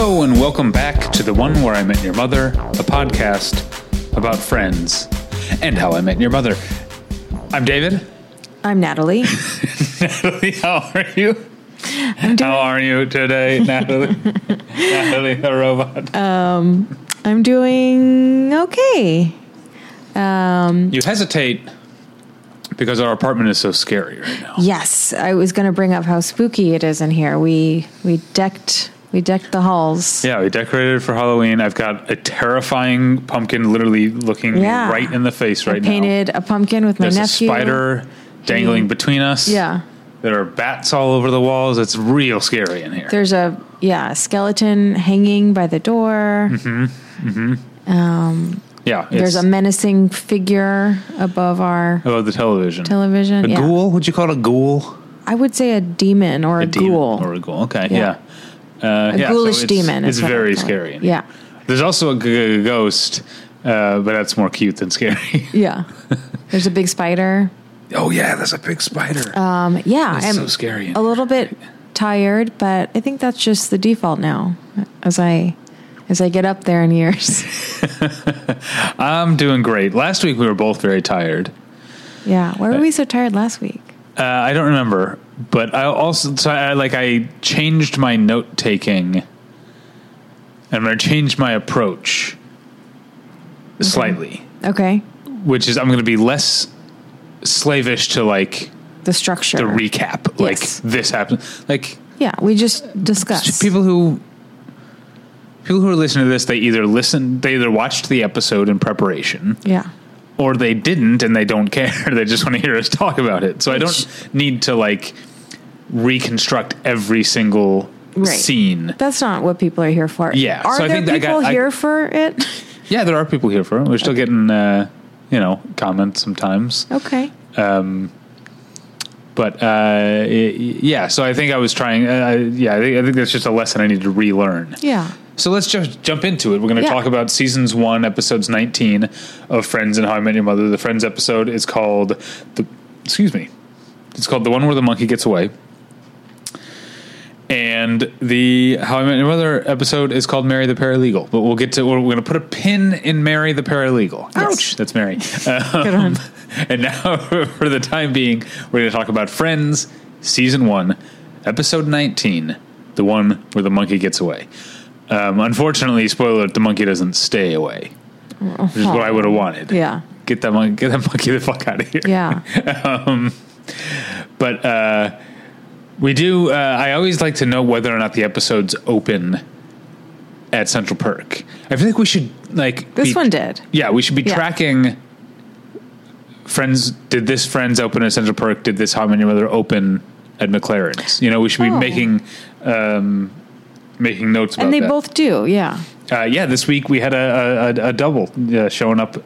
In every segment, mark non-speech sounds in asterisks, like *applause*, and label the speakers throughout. Speaker 1: Welcome back to the one where I met your mother, a podcast about friends and how I met your mother. I'm David.
Speaker 2: I'm
Speaker 1: *laughs*
Speaker 2: Natalie.
Speaker 1: Natalie, *laughs* how are you? how are you
Speaker 2: *laughs*
Speaker 1: today, Natalie? Natalie, the robot.
Speaker 2: I'm doing okay.
Speaker 1: you hesitate because our apartment is so scary right now.
Speaker 2: Yes, I was going to bring up how spooky it is in here. We we decked we decked the halls.
Speaker 1: Yeah, we decorated for Halloween. I've got a terrifying pumpkin literally looking me
Speaker 2: Yeah.
Speaker 1: right in the face
Speaker 2: I
Speaker 1: right now.
Speaker 2: painted a pumpkin with my
Speaker 1: There's
Speaker 2: nephew.
Speaker 1: a spider dangling between us.
Speaker 2: Yeah.
Speaker 1: There are bats all over the walls. It's real scary in here.
Speaker 2: There's a yeah a skeleton hanging by the door.
Speaker 1: Mm-hmm. yeah.
Speaker 2: There's
Speaker 1: it's
Speaker 2: a menacing figure above our
Speaker 1: above the television.
Speaker 2: television.
Speaker 1: a
Speaker 2: yeah.
Speaker 1: ghoul? Would you call it a ghoul?
Speaker 2: I would say a demon or a,
Speaker 1: demon
Speaker 2: ghoul.
Speaker 1: or a ghoul. Okay,
Speaker 2: Yeah.
Speaker 1: yeah. Uh,
Speaker 2: a
Speaker 1: yeah, so
Speaker 2: ghoulish
Speaker 1: it's-
Speaker 2: demon. is
Speaker 1: It's
Speaker 2: what I
Speaker 1: very
Speaker 2: call it.
Speaker 1: scary. in here.
Speaker 2: Yeah.
Speaker 1: There's also a g- g- ghost, uh, but that's more cute than scary. *laughs*
Speaker 2: Yeah. There's a big spider.
Speaker 1: oh yeah, there's a big spider.
Speaker 2: Um, yeah,
Speaker 1: It's
Speaker 2: I'm
Speaker 1: so scary in
Speaker 2: A little bit tired, but I think that's just the default now. As I as I get up there in *laughs* years,
Speaker 1: I'm doing great. Last week we were both very tired.
Speaker 2: yeah. Why were we so tired last week?
Speaker 1: Uh, I don't remember, but I also so I, like I changed my note taking, and I changed my approach slightly,
Speaker 2: Okay,
Speaker 1: which is I'm going to be less slavish to like
Speaker 2: the structure.
Speaker 1: the recap. Like
Speaker 2: Yes.
Speaker 1: this happened. Like
Speaker 2: yeah, we just discussed.
Speaker 1: people who people who are listening to this, they either listen, they either watched the episode in preparation,
Speaker 2: yeah,
Speaker 1: or they didn't and they don't care. *laughs* they just want to hear us talk about it. So I don't need to like reconstruct every single
Speaker 2: Right.
Speaker 1: scene.
Speaker 2: that's not what people are here for.
Speaker 1: Yeah,
Speaker 2: are
Speaker 1: so I
Speaker 2: there
Speaker 1: think I got-
Speaker 2: people
Speaker 1: I-
Speaker 2: here for it?
Speaker 1: Yeah, there are people here for it. We're still getting uh, you know comments sometimes.
Speaker 2: okay,
Speaker 1: but uh, y- y- yeah, so I think I was trying. Uh, I- yeah, I think, I think that's just a lesson I need to relearn. *laughs*
Speaker 2: yeah,
Speaker 1: So let's just jump into it. We're going to
Speaker 2: Yeah.
Speaker 1: talk about seasons one, episodes nineteen of Friends and How I Met Your Mother. The Friends episode is called the. Excuse me, it's called the one where the monkey gets away. And the How I Met Your Mother episode is called Mary the Paralegal. But we'll get to. We're going to put a pin in Mary the Paralegal.
Speaker 2: Yes.
Speaker 1: Ouch, that's Mary. Um,
Speaker 2: good one.
Speaker 1: *laughs* And now, for the time being, we're going to talk about Friends, Season 1, Episode 19, the one where the monkey gets away. Um, unfortunately, spoiler, alert, the monkey doesn't stay away, which is what I would have wanted.
Speaker 2: Yeah,
Speaker 1: Get that, monkey, get that monkey the fuck out of here. *laughs*
Speaker 2: yeah,
Speaker 1: But uh, we do, uh, I always like to know whether or not the episodes open at Central Perk. I feel like we should, like.
Speaker 2: this
Speaker 1: be-
Speaker 2: one did.
Speaker 1: yeah, we should be
Speaker 2: Yeah.
Speaker 1: tracking friends. Did this friends open at Central Park? Did this How I Met Your Mother open at McLaren's? You know, we should be
Speaker 2: Oh.
Speaker 1: making um, making notes about
Speaker 2: And they
Speaker 1: that.
Speaker 2: both do, yeah.
Speaker 1: uh, yeah, this week we had a a, a, a double uh, showing up,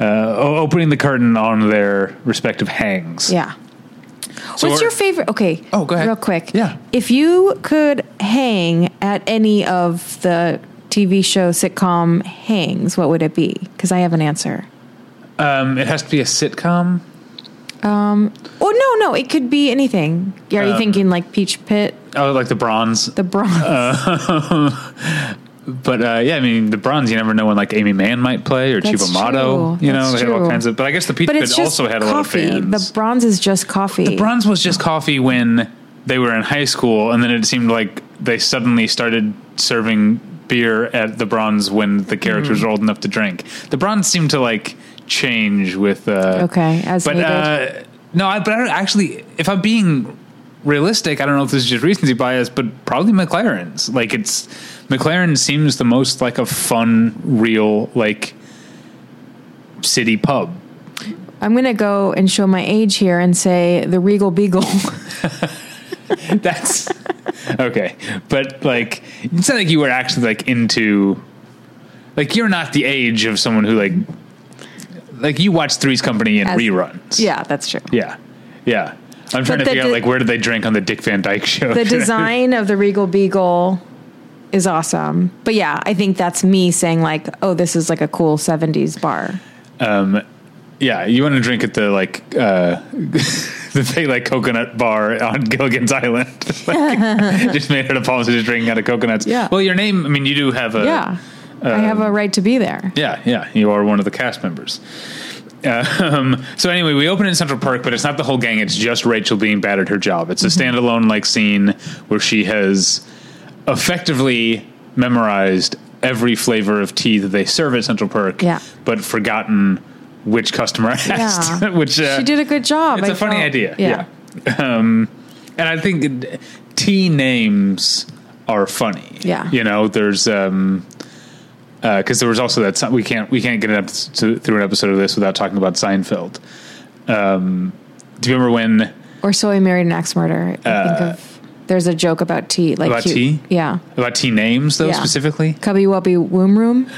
Speaker 1: uh, o- opening the curtain on their respective hangs.
Speaker 2: Yeah.
Speaker 1: So
Speaker 2: What's
Speaker 1: are-
Speaker 2: your favorite? Okay.
Speaker 1: Oh, go ahead.
Speaker 2: Real quick.
Speaker 1: Yeah.
Speaker 2: If you could hang at any of the TV show sitcom hangs, what would it be? Because I have an answer.
Speaker 1: Um, it has to be a sitcom.
Speaker 2: Oh no, no, it could be anything. Are
Speaker 1: Um,
Speaker 2: you thinking like Peach Pit,
Speaker 1: Oh, like the bronze.
Speaker 2: The Bronze?
Speaker 1: But uh, yeah, I mean the bronze. You never know when like Amy Mann might play or Chief
Speaker 2: That's
Speaker 1: Amato.
Speaker 2: true.
Speaker 1: You know,
Speaker 2: That's
Speaker 1: they had all
Speaker 2: true.
Speaker 1: kinds of. But I guess the Peach
Speaker 2: but it's
Speaker 1: Pit
Speaker 2: just
Speaker 1: also had a lot of
Speaker 2: coffee.
Speaker 1: fans.
Speaker 2: The Bronze is just coffee.
Speaker 1: Bronze was just coffee when they were in high school, and then it seemed like they suddenly started serving beer at the Bronze when the characters
Speaker 2: Mm-hmm.
Speaker 1: were old enough to drink. The Bronze seemed to like change with uh,
Speaker 2: Okay, as
Speaker 1: but
Speaker 2: needed.
Speaker 1: uh, no, I, but I don't, actually, if I'm being realistic, I don't know if this is just recency bias, but probably McLaren's. Like it's McLaren seems the most like a fun, real like city pub.
Speaker 2: I'm gonna go and show my age here and say the Regal Beagle.
Speaker 1: *laughs* That's okay, but like it's not like you were actually like into, like you're not the age of someone who like, like you watch Three's Company in
Speaker 2: As-
Speaker 1: reruns.
Speaker 2: yeah, that's true.
Speaker 1: yeah, yeah. I'm trying to
Speaker 2: the
Speaker 1: figure out
Speaker 2: de-
Speaker 1: like where did they drink on the Dick Van Dyke show? *laughs*
Speaker 2: the design of the Regal Beagle is awesome. But yeah, I think that's me saying like, oh, this is like a cool 70s bar.
Speaker 1: um, yeah, you want to drink at the like uh, *laughs* the big like coconut bar on Gilligan's Island. *laughs*
Speaker 2: *laughs*
Speaker 1: Like, just made it a policy to drink out of coconuts.
Speaker 2: Yeah.
Speaker 1: Well, your name. I mean, you do have a.
Speaker 2: yeah. I have
Speaker 1: um,
Speaker 2: a right to be there.
Speaker 1: Yeah, yeah, you are one of the cast members. Um, so anyway, we open in Central Park, but it's not the whole gang. It's just Rachel being bad at her job. It's a
Speaker 2: Mm-hmm.
Speaker 1: standalone like scene where she has effectively memorized every flavor of tea that they serve at Central Park,
Speaker 2: Yeah.
Speaker 1: but forgotten which customer asked. *laughs*
Speaker 2: Yeah.
Speaker 1: which uh,
Speaker 2: she did a good job.
Speaker 1: It's a
Speaker 2: a
Speaker 1: funny idea. Um, and I think it- tea names are funny.
Speaker 2: Yeah.
Speaker 1: You know, there's um, because there was also that Se- we can't we can't get an episode, to- through an episode of this without talking about Seinfeld. Um, do you remember when?
Speaker 2: Or so I married an axe murderer. I think of there's a joke about tea. Like
Speaker 1: Uh, About
Speaker 2: you-
Speaker 1: tea?
Speaker 2: Yeah.
Speaker 1: About tea names, though,
Speaker 2: Yeah.
Speaker 1: specifically.
Speaker 2: Cubby Wubby
Speaker 1: *laughs*
Speaker 2: Womb Room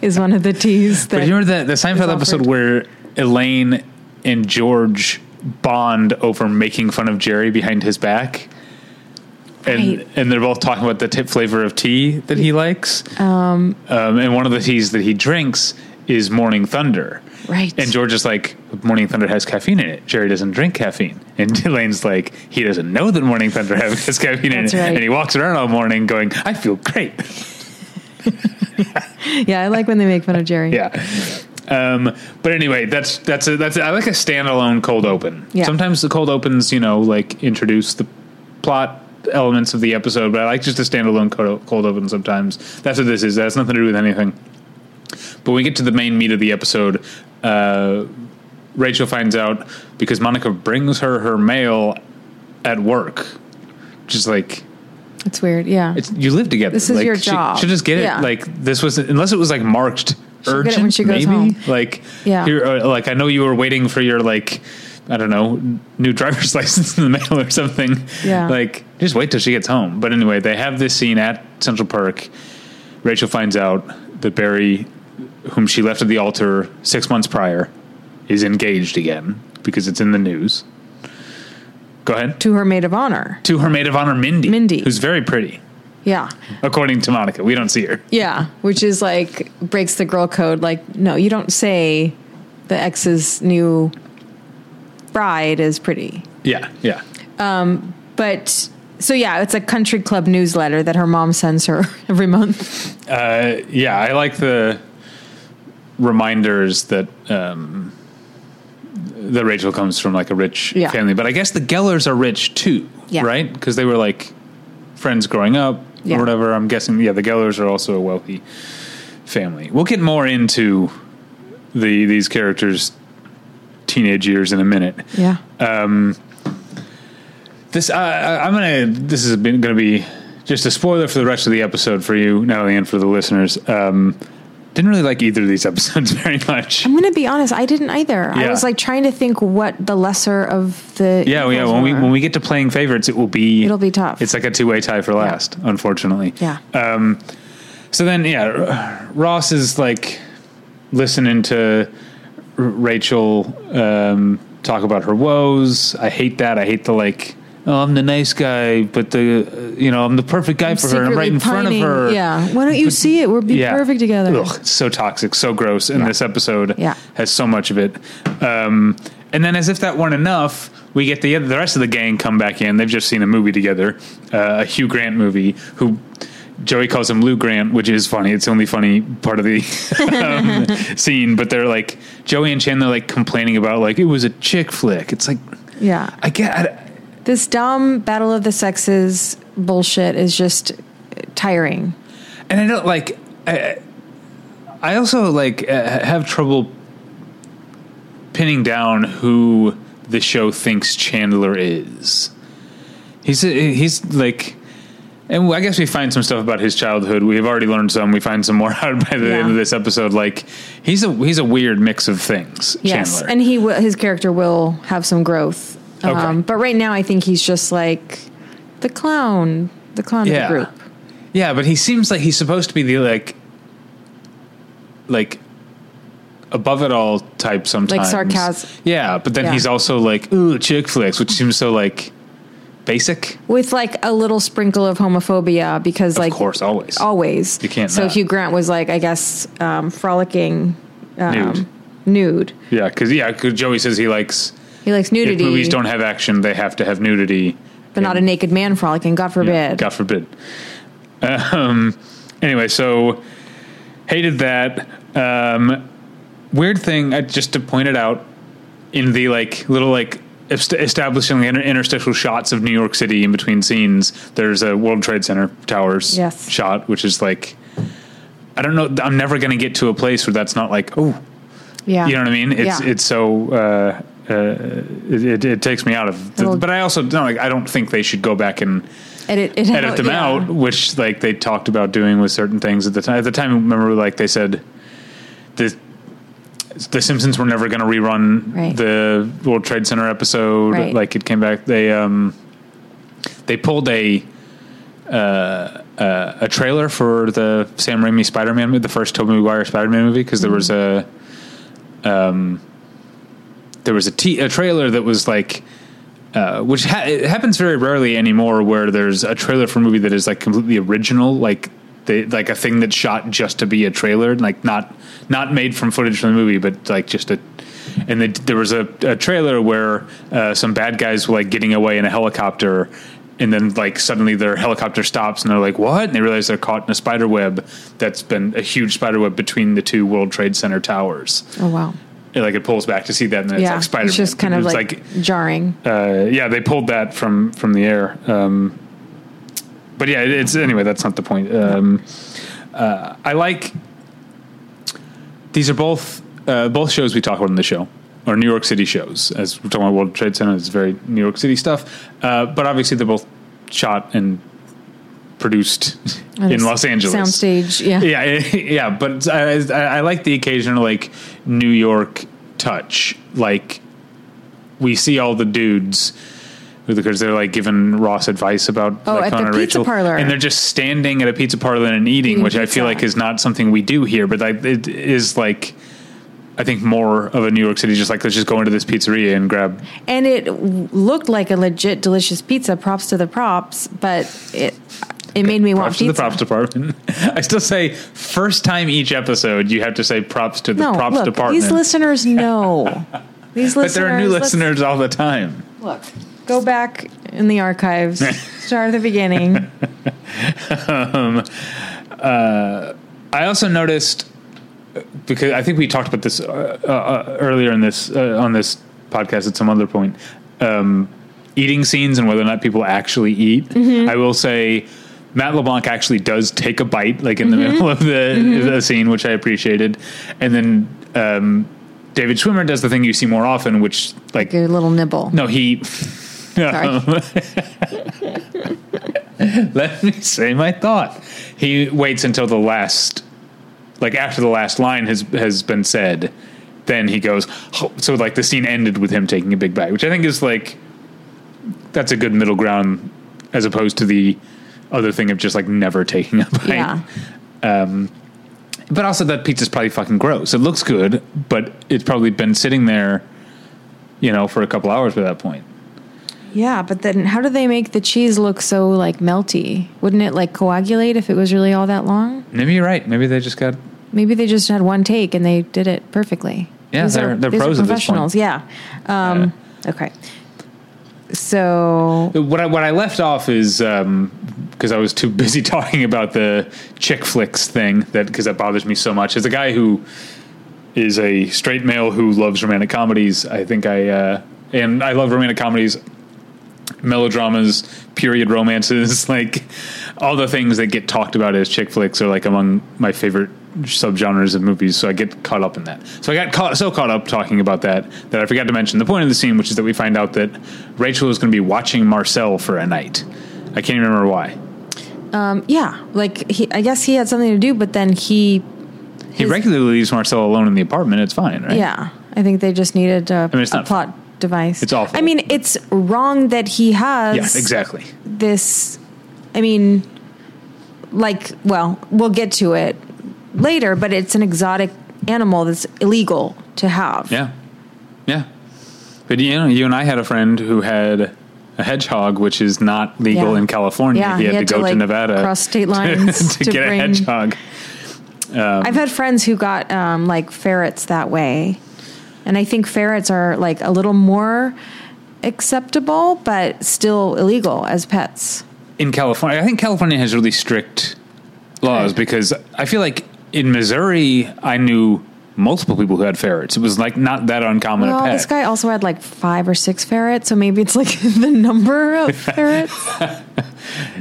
Speaker 2: is one of the teas
Speaker 1: But
Speaker 2: that
Speaker 1: you remember the, the Seinfeld
Speaker 2: offered.
Speaker 1: episode where Elaine and George bond over making fun of Jerry behind his back? And
Speaker 2: Right.
Speaker 1: and they're both talking about the tip flavor of tea that he likes. Um, and one of the teas that he drinks is Morning Thunder.
Speaker 2: Right.
Speaker 1: And George is like, Morning Thunder has caffeine in it. Jerry doesn't drink caffeine. And *laughs* Elaine's like, he doesn't know that Morning Thunder *laughs* has caffeine in
Speaker 2: That's
Speaker 1: it.
Speaker 2: right.
Speaker 1: And he walks around all morning going, I feel great.
Speaker 2: *laughs* Yeah, I like when they make fun of Jerry.
Speaker 1: yeah. Um, but anyway, that's that's a, that's a, I like a standalone cold open.
Speaker 2: Yeah.
Speaker 1: Sometimes the cold opens, you know, like introduce the plot elements of the episode, but I like just a standalone cold, cold open sometimes. That's what this is. That has nothing to do with anything. But when we get to the main meat of the episode, uh, Rachel finds out because Monica brings her her mail at work. Just like
Speaker 2: It's weird. Yeah.
Speaker 1: it's you live together.
Speaker 2: This is
Speaker 1: like,
Speaker 2: your
Speaker 1: she-
Speaker 2: job.
Speaker 1: She'll just get it.
Speaker 2: Yeah.
Speaker 1: Like this was unless it was like marked
Speaker 2: She'll
Speaker 1: urgent.
Speaker 2: get it when she goes
Speaker 1: maybe
Speaker 2: home.
Speaker 1: like
Speaker 2: Yeah.
Speaker 1: Here, uh, like I know you were waiting for your like I don't know new driver's *laughs* license in the mail or something.
Speaker 2: Yeah.
Speaker 1: Like just wait till she gets home. But anyway, they have this scene at Central Park. Rachel finds out that Barry, whom she left at the altar six months prior, is engaged again because it's in the news. Go ahead.
Speaker 2: to her maid of honor.
Speaker 1: To her maid of honor, Mindy.
Speaker 2: Mindy.
Speaker 1: Who's very pretty
Speaker 2: Yeah.
Speaker 1: according to Monica. We don't see her.
Speaker 2: Yeah. Which is like breaks the girl code. Like, no, you don't say the ex's new bride is pretty.
Speaker 1: Yeah, yeah,
Speaker 2: But so yeah, it's a country club newsletter that her mom sends her *laughs* every month.
Speaker 1: uh, yeah. I like the reminders that um, that Rachel comes from like a rich
Speaker 2: Yeah.
Speaker 1: family, but I guess the Gellers are rich too,
Speaker 2: Yeah.
Speaker 1: right? Because they were like friends growing up
Speaker 2: Yeah.
Speaker 1: or whatever. I'm guessing. Yeah, the Gellers are also a wealthy family. We'll get more into the these characters' teenage years in a minute.
Speaker 2: Yeah.
Speaker 1: This uh, I'm gonna. This is been gonna be just a spoiler for the rest of the episode for you, Natalie, and for the listeners. Um, didn't really like either of these *laughs* episodes very much.
Speaker 2: I'm gonna be honest. I didn't either. I
Speaker 1: Yeah.
Speaker 2: was like trying to think what the lesser of the
Speaker 1: Yeah, well, yeah.
Speaker 2: evils
Speaker 1: When we
Speaker 2: were.
Speaker 1: when we get to playing favorites, it will be
Speaker 2: It'll be tough.
Speaker 1: It's like a two way tie for last, unfortunately.
Speaker 2: yeah
Speaker 1: So then, yeah, R- Ross is like listening to R- Rachel um, talk about her woes. I hate that. I hate the like. Oh, I'm the nice guy, but the uh, you know I'm the perfect guy for her. I'm
Speaker 2: Secretly
Speaker 1: right in front of
Speaker 2: pining.
Speaker 1: her.
Speaker 2: Yeah. Why don't you see it? We'll be perfect together.
Speaker 1: Ugh, it's so toxic, so gross. And
Speaker 2: Yeah.
Speaker 1: this episode
Speaker 2: Yeah.
Speaker 1: has so much of it. Um, and then, as if that weren't enough, we get the the rest of the gang come back in. They've just seen a movie together, uh, a Hugh Grant movie. Who Joey calls him Lou Grant, which is funny. It's the only funny part of the *laughs* um, scene. But they're like Joey and Chandler like complaining about like it was a chick flick. It's like
Speaker 2: Yeah.
Speaker 1: I get. I,
Speaker 2: This dumb battle of the sexes bullshit is just tiring.
Speaker 1: and I don't like. I, I also like uh, have trouble pinning down who the show thinks Chandler is. He's uh, he's like, and I guess we find some stuff about his childhood. We've already learned some. We find some more *laughs* out by the
Speaker 2: Yeah.
Speaker 1: end of this episode. Like he's a he's a weird mix of things.
Speaker 2: Yes,
Speaker 1: Chandler.
Speaker 2: and he will, his character will have some growth. Um,
Speaker 1: Okay.
Speaker 2: But right now, I think he's just like the clown, the clown
Speaker 1: Yeah.
Speaker 2: of the group.
Speaker 1: Yeah, but he seems like he's supposed to be the like, like above it all type sometimes.
Speaker 2: sarcasm.
Speaker 1: Yeah, but then
Speaker 2: Yeah.
Speaker 1: he's also like ooh chick flicks, which seems so like basic.
Speaker 2: With like a little sprinkle of homophobia because like
Speaker 1: of course, always.
Speaker 2: always.
Speaker 1: You can't
Speaker 2: So
Speaker 1: not.
Speaker 2: Hugh Grant was like, I guess, um, frolicking um,
Speaker 1: Nude.
Speaker 2: nude.
Speaker 1: yeah, because yeah, 'cause Joey says he likes
Speaker 2: He likes
Speaker 1: If
Speaker 2: nudity,
Speaker 1: movies don't have action, they have to have nudity.
Speaker 2: but not a
Speaker 1: And-
Speaker 2: naked man frolicking. God forbid.
Speaker 1: God forbid. Um, anyway, so hated that. Um, weird thing, I, just to point it out, in the like little like est- establishing the inter- interstitial shots of New York City in between scenes. There's a World Trade Center towers
Speaker 2: Yes.
Speaker 1: shot, which is like. I don't know. I'm never going to get to a place where that's not like, oh,
Speaker 2: yeah,
Speaker 1: you know what I mean? It's
Speaker 2: Ah. Yeah.
Speaker 1: it's so uh, uh, it, it, it takes me out of. The,
Speaker 2: It'll-
Speaker 1: but I also don't like. I don't think they should go back and
Speaker 2: edit, it
Speaker 1: edit them
Speaker 2: yeah.
Speaker 1: out, which like they talked about doing with certain things at the time. At the time, remember, like they said, the the Simpsons were never going to rerun
Speaker 2: Right.
Speaker 1: the World Trade Center episode.
Speaker 2: Right.
Speaker 1: Like it came back, they um they pulled a. Uh, uh, a trailer for the Sam Raimi Spider-Man, movie, the first Tobey Maguire Spider-Man movie, because
Speaker 2: Mm-hmm.
Speaker 1: there was a, um, there was a, te- a trailer that was like, uh, which ha- it happens very rarely anymore, where there's a trailer for a movie that is like completely original, like they, like a thing that's shot just to be a trailer, like not not made from footage from the movie, but like just a. And they, there was a, a trailer where uh, some bad guys were like getting away in a helicopter, and then like suddenly their helicopter stops, and they're like, "What?" And they realize they're caught in a spider web that's been a huge spider web between the two World Trade Center towers.
Speaker 2: Oh wow.
Speaker 1: And, like it pulls back to see that, and then
Speaker 2: Yeah,
Speaker 1: it's like Spider.
Speaker 2: it's just kind of like, jarring.
Speaker 1: uh, yeah, they pulled that from from the air. Um, but yeah, it- it's anyway. That's not the point. Um, uh, I like these are both uh, both shows we talk about in the show are New York City shows. As we're talking about World Trade Center, it's very New York City stuff. Uh, but obviously, they're both shot and produced
Speaker 2: And
Speaker 1: in
Speaker 2: it's
Speaker 1: Los Angeles
Speaker 2: soundstage. Yeah,
Speaker 1: yeah, *laughs* yeah. But I, I, I like the occasional like New York touch. Like we see all the dudes because they're like giving Ross advice about
Speaker 2: Oh,
Speaker 1: like,
Speaker 2: at the
Speaker 1: Connor
Speaker 2: pizza
Speaker 1: Rachel,
Speaker 2: parlor.
Speaker 1: and they're just standing at a pizza parlor and eating,
Speaker 2: Eating
Speaker 1: which I feel
Speaker 2: pizza.
Speaker 1: like is not something we do here. But like it is like. I think more of a New York City, just like let's just go into this pizzeria and grab.
Speaker 2: and it w- looked like a legit delicious pizza. Props to the props, but it it made me want
Speaker 1: Props to the
Speaker 2: pizza.
Speaker 1: props department. *laughs* I still say first time each episode, you have to say props to the
Speaker 2: no,
Speaker 1: props
Speaker 2: look,
Speaker 1: department.
Speaker 2: these
Speaker 1: *laughs*
Speaker 2: listeners know. These listeners,
Speaker 1: but there are new
Speaker 2: let's-
Speaker 1: listeners all the time.
Speaker 2: Look, go back in
Speaker 1: *laughs*
Speaker 2: the archives, start at the beginning.
Speaker 1: I also noticed because I think we talked about this uh, uh, uh, earlier in this uh, on this podcast at some other point. Um, eating scenes and whether or not people actually eat.
Speaker 2: Mm-hmm.
Speaker 1: I will say Matt LeBlanc actually does take a bite, like in the
Speaker 2: Mm-hmm.
Speaker 1: middle of the, the scene, which I appreciated, and then. Um, David Schwimmer does the thing you see more often, which like
Speaker 2: Your little nibble.
Speaker 1: No, he. *laughs* Um, let me say my thought. He waits until the last, like after the last line has has been said, then he goes. "Oh," So like the scene ended with him taking a big bite, which I think is like that's a good middle ground as opposed to the other thing of just like never taking a bite.
Speaker 2: Yeah.
Speaker 1: But also that pizza's probably fucking gross. It looks good, but it's probably been sitting there, you know, for a couple hours by that point.
Speaker 2: Yeah, but then how do they make the cheese look so like melty? Wouldn't it like coagulate if it was really all that long?
Speaker 1: Maybe you're right. Maybe they just got
Speaker 2: Maybe they just had one take and they did it perfectly.
Speaker 1: Yeah, they're- they're pros at this point.
Speaker 2: professionals. Yeah. Um, Okay. So
Speaker 1: what I what I left off is because I was too busy *laughs* talking about the chick flicks thing that because that bothers me so much. As a guy who is a straight male who loves romantic comedies, I think I uh, and I love romantic comedies, melodramas, period romances, *laughs* like all the things that get talked about as chick flicks are like among my favorite subgenres of movies. So I get caught up in that. So I got caught, so caught up talking about that that I forgot to mention the point of the scene, which is that we find out that Rachel is going to be watching Marcel for a night. I can't even remember why.
Speaker 2: um, yeah, like he, I guess he had something to do, but then he,
Speaker 1: He regularly leaves Marcel alone in the apartment. It's fine, right?
Speaker 2: yeah, I think they just needed a,
Speaker 1: mean, it's
Speaker 2: a
Speaker 1: not-
Speaker 2: plot device.
Speaker 1: it's awful.
Speaker 2: I mean, it's wrong that he has
Speaker 1: Yeah, exactly.
Speaker 2: this i mean like well we'll get to it later but it's an exotic animal that's illegal to have
Speaker 1: Yeah, yeah. But you know, you and I had a friend who had a hedgehog, which is not legal
Speaker 2: Yeah.
Speaker 1: in California.
Speaker 2: Yeah,
Speaker 1: he had to go
Speaker 2: like,
Speaker 1: to Nevada,
Speaker 2: cross state
Speaker 1: *laughs* to-
Speaker 2: lines
Speaker 1: to, get a hedgehog.
Speaker 2: i've had friends who got um, like ferrets that way And I think ferrets are like a little more acceptable, but still illegal as pets.
Speaker 1: in California. I think California has really strict laws because I feel like in Missouri, I knew multiple people who had ferrets. It was like not that uncommon
Speaker 2: Well,
Speaker 1: a pet.
Speaker 2: this guy also had like five or six ferrets, so maybe it's like *laughs* the
Speaker 1: *laughs*
Speaker 2: number of ferrets.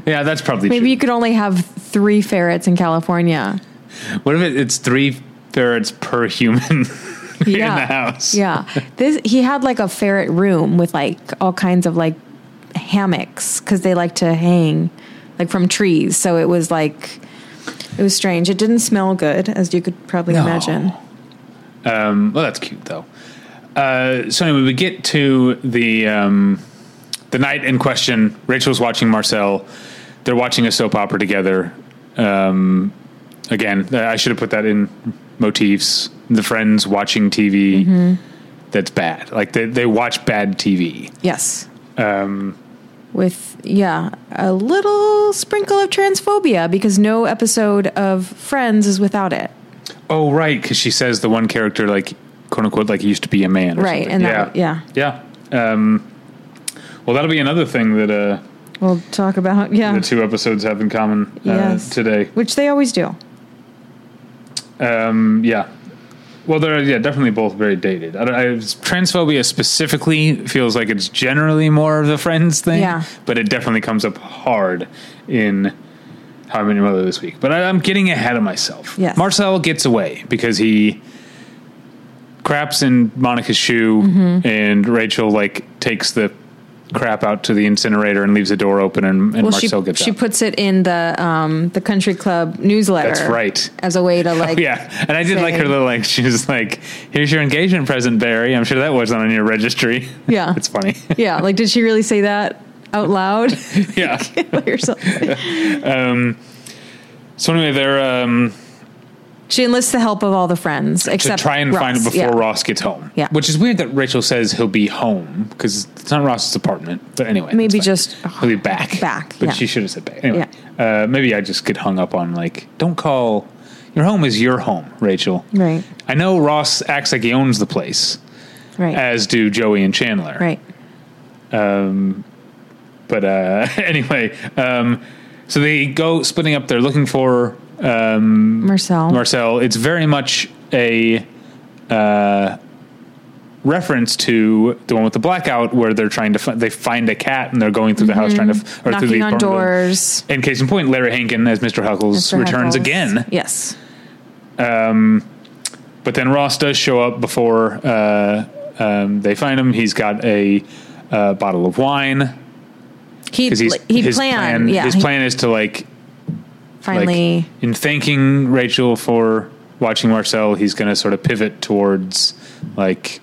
Speaker 1: yeah, that's probably
Speaker 2: Maybe you could only have three ferrets in California.
Speaker 1: true. What if it, it's three ferrets per *laughs* human in the house?
Speaker 2: *laughs* Yeah. This he had like a ferret room with like all kinds of like hammocks cuz they like to hang like from trees. So it was like it was strange. It didn't smell good as you could probably
Speaker 1: No.
Speaker 2: imagine.
Speaker 1: Um, well, that's cute though. Uh, so anyway, we get to the um, the night in question. Rachel's watching Marcel. They're watching a soap opera together. Um, again, I should have put that in motifs. The friends watching TV. That's bad. Like they they watch bad TV.
Speaker 2: Yes. Um with yeah, a little sprinkle of transphobia because no episode of Friends is without it.
Speaker 1: Oh right, because she says the one character like quote unquote like he used to be a man. Or
Speaker 2: Right,
Speaker 1: something.
Speaker 2: and that-
Speaker 1: yeah, yeah. Um, well, that'll be another thing that. Uh,
Speaker 2: We'll talk about *laughs* yeah.
Speaker 1: the two episodes have in common uh,
Speaker 2: Yes.
Speaker 1: today.
Speaker 2: Which they always do.
Speaker 1: Um, yeah. Well, they're yeah definitely both very dated. I, don't- I, transphobia specifically feels like it's generally more of the Friends thing,
Speaker 2: Yeah.
Speaker 1: but it definitely comes up hard in How I Met Your Mother this week. But I, I'm getting ahead of myself.
Speaker 2: Yes.
Speaker 1: Marcel gets away because he craps in Monica's shoe,
Speaker 2: Mm-hmm.
Speaker 1: and Rachel like takes the crap out to the incinerator and leaves the door open, and, and
Speaker 2: she,
Speaker 1: Marcel gets
Speaker 2: she
Speaker 1: out.
Speaker 2: puts it in the um, the country club newsletter.
Speaker 1: That's right.
Speaker 2: As a way to like,
Speaker 1: Oh, yeah, and I did like her
Speaker 2: Same.
Speaker 1: little like she was like, "Here's your engagement present, Barry." I'm sure that wasn't on your registry.
Speaker 2: Yeah.
Speaker 1: *laughs* it's
Speaker 2: *laughs*
Speaker 1: funny.
Speaker 2: yeah, like did she really say that out
Speaker 1: *laughs*
Speaker 2: loud
Speaker 1: yeah.
Speaker 2: or something?
Speaker 1: So anyway, they're um,
Speaker 2: She enlists the help of all the friends
Speaker 1: to
Speaker 2: except
Speaker 1: try and find it
Speaker 2: Ross.
Speaker 1: before
Speaker 2: Yeah.
Speaker 1: Ross gets home.
Speaker 2: Yeah.
Speaker 1: which is weird that Rachel says he'll be home because it's not Ross's apartment. But anyway, that's
Speaker 2: Maybe
Speaker 1: fine.
Speaker 2: just-
Speaker 1: he'll be back.
Speaker 2: Back,
Speaker 1: but
Speaker 2: yeah.
Speaker 1: she should have said back. Anyway, uh, maybe I just get hung up on like, don't call. Your home is your home, Rachel.
Speaker 2: Right.
Speaker 1: I know Ross acts like he owns the place,
Speaker 2: Right,
Speaker 1: as do Joey and Chandler.
Speaker 2: right.
Speaker 1: but uh, *laughs* anyway, um, so they go splitting up. They're looking for
Speaker 2: Marcel.
Speaker 1: Marcel. It's very much a uh, reference to the one with the blackout, where they're trying to fi- they find a cat and they're going through the house trying to f- or through the
Speaker 2: Mm-hmm. knocking on
Speaker 1: apartment building.
Speaker 2: doors.
Speaker 1: And case in point, Larry Hankin as Mr. Huckles
Speaker 2: Mr.
Speaker 1: returns
Speaker 2: Heckles.
Speaker 1: again,
Speaker 2: Yes,
Speaker 1: but then Ross does show up before uh, um, they find him. He's got a uh, bottle of wine
Speaker 2: he
Speaker 1: because he's
Speaker 2: he
Speaker 1: his
Speaker 2: planned.
Speaker 1: plan.
Speaker 2: yeah,
Speaker 1: his
Speaker 2: he
Speaker 1: plan is to like like,
Speaker 2: finally.
Speaker 1: in thanking Rachel for watching Marcel, he's going to sort of pivot towards like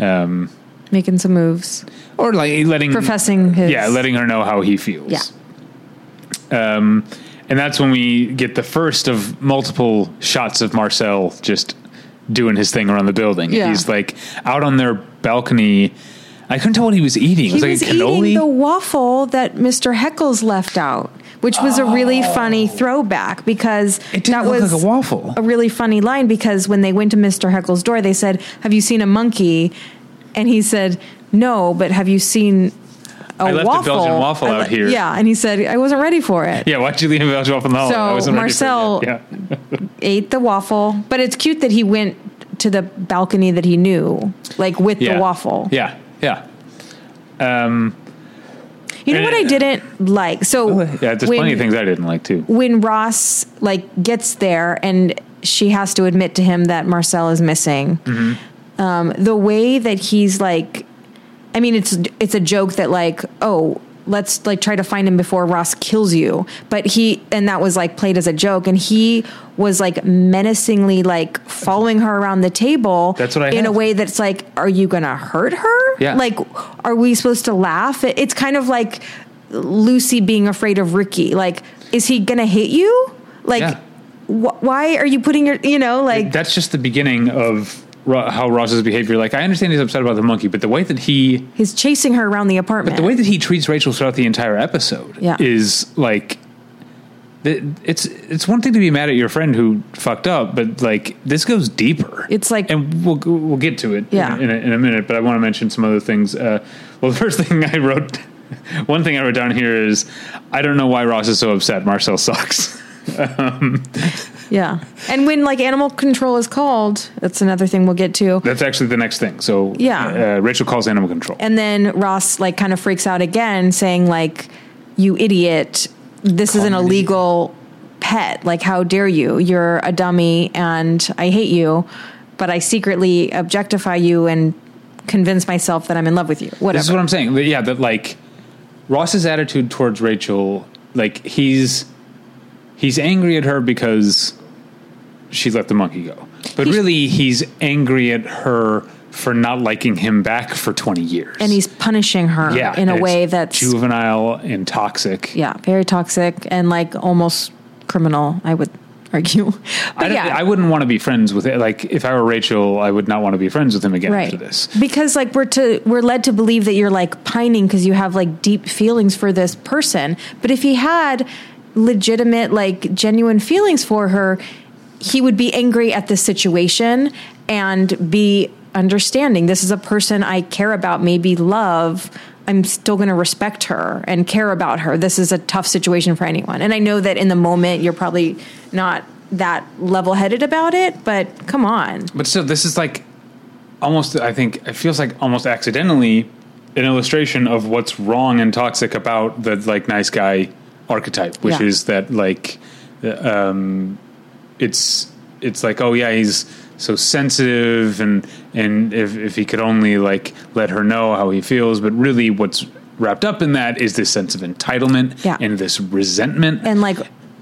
Speaker 1: um
Speaker 2: making some moves,
Speaker 1: or like letting
Speaker 2: professing his.
Speaker 1: yeah, letting her know how he feels.
Speaker 2: Yeah.
Speaker 1: Um and that's when we get the first of multiple shots of Marcel just doing his thing around the building.
Speaker 2: Yeah.
Speaker 1: He's like out on their balcony. I couldn't tell what he was eating. it
Speaker 2: He
Speaker 1: was like
Speaker 2: was
Speaker 1: a cannoli.
Speaker 2: eating the waffle that Mr. Heckles left out, which was a really funny throwback because
Speaker 1: Oh. it didn't
Speaker 2: that
Speaker 1: look
Speaker 2: was
Speaker 1: like a waffle.
Speaker 2: a really funny line because when they went to Mr. Heckle's door, they said, "Have you seen a monkey?" And he said, "No, but have you seen a
Speaker 1: I left a
Speaker 2: waffle?"
Speaker 1: Belgian waffle
Speaker 2: I
Speaker 1: out
Speaker 2: le-
Speaker 1: here.
Speaker 2: Yeah, and he said, "I wasn't ready for it."
Speaker 1: yeah, why'd you leave a waffle in the hallway? I
Speaker 2: So
Speaker 1: wasn't ready for it yet.
Speaker 2: Marcel-
Speaker 1: yeah.
Speaker 2: Ate the waffle, but it's cute that he went to the balcony that he knew, like with the waffle.
Speaker 1: Yeah, yeah.
Speaker 2: You know what I didn't like? So
Speaker 1: Yeah, there's plenty
Speaker 2: when-
Speaker 1: of things I didn't like too.
Speaker 2: when Ross like gets there and she has to admit to him that Marcel is missing.
Speaker 1: Mm-hmm.
Speaker 2: Um, the way that he's like, I mean, it's it's a joke that like, oh, let's like try to find him before Ross kills you. But he and that was like played as a joke, and he was like menacingly like following her around the table.
Speaker 1: That's what I
Speaker 2: in a
Speaker 1: have.
Speaker 2: way that's like, are you gonna hurt her?
Speaker 1: Yeah.
Speaker 2: like are we supposed to laugh? It- It's kind of like Lucy being afraid of Ricky. Like, is he gonna hit you? Like,
Speaker 1: Yeah.
Speaker 2: wh- why are you putting your, you know, like,
Speaker 1: That's just the beginning of Ro- how Ross's behavior. Like, I understand he's upset about the monkey, but the way that he,
Speaker 2: he's chasing her around the apartment.
Speaker 1: the way that he treats Rachel throughout the entire episode,
Speaker 2: Yeah.
Speaker 1: is like th- it's it's one thing to be mad at your friend who fucked up, but like this goes deeper.
Speaker 2: It's like-
Speaker 1: and we'll we'll get to it
Speaker 2: Yeah.
Speaker 1: in, a, in a minute. But I want to mention some other things. Uh, well, the first thing I wrote, *laughs* one thing I wrote down here is, I don't know why Ross is so upset. Marcel sucks. *laughs*
Speaker 2: Yeah. And when like animal control is called, that's another thing we'll get to.
Speaker 1: That's actually the next thing. So
Speaker 2: Yeah.
Speaker 1: uh, Rachel calls animal control.
Speaker 2: And then Ross like kind of freaks out again saying like you idiot, this is an
Speaker 1: me an idiot."
Speaker 2: illegal pet. Like how dare you? You're a dummy and I hate you, but I secretly objectify you and convince myself that I'm in love with you.
Speaker 1: This is
Speaker 2: Whatever.
Speaker 1: what I'm saying. That- Yeah, that like Ross's attitude towards Rachel, like he's he's angry at her because she let the monkey go. But
Speaker 2: He's-
Speaker 1: really he's angry at her for not liking him back for 20 years.
Speaker 2: and he's punishing her
Speaker 1: yeah,
Speaker 2: in
Speaker 1: and
Speaker 2: a
Speaker 1: it's
Speaker 2: way that's
Speaker 1: juvenile and toxic.
Speaker 2: yeah, very toxic and like almost criminal, I would argue. *laughs*
Speaker 1: I,
Speaker 2: But
Speaker 1: don't-
Speaker 2: yeah.
Speaker 1: I wouldn't want to be friends with it. Like if I were Rachel, I would not want to be friends with him again after this.
Speaker 2: because like we're to we're led to believe that you're like pining because you have like deep feelings for this person but if he had legitimate like genuine feelings for her he would be angry at this situation and be understanding this is a person i care about maybe love i'm still going to respect her and care about her this is a tough situation for anyone and i know that in the moment you're probably not that level-headed about it but come on
Speaker 1: But still, this is like almost. I think it feels like almost accidentally an illustration of what's wrong and toxic about the like nice guy archetype, which
Speaker 2: Yeah.
Speaker 1: is that like, uh, um, it's it's like oh yeah he's so sensitive and and if if he could only like let her know how he feels, but really what's wrapped up in that is this sense of entitlement
Speaker 2: Yeah.
Speaker 1: and this resentment
Speaker 2: and like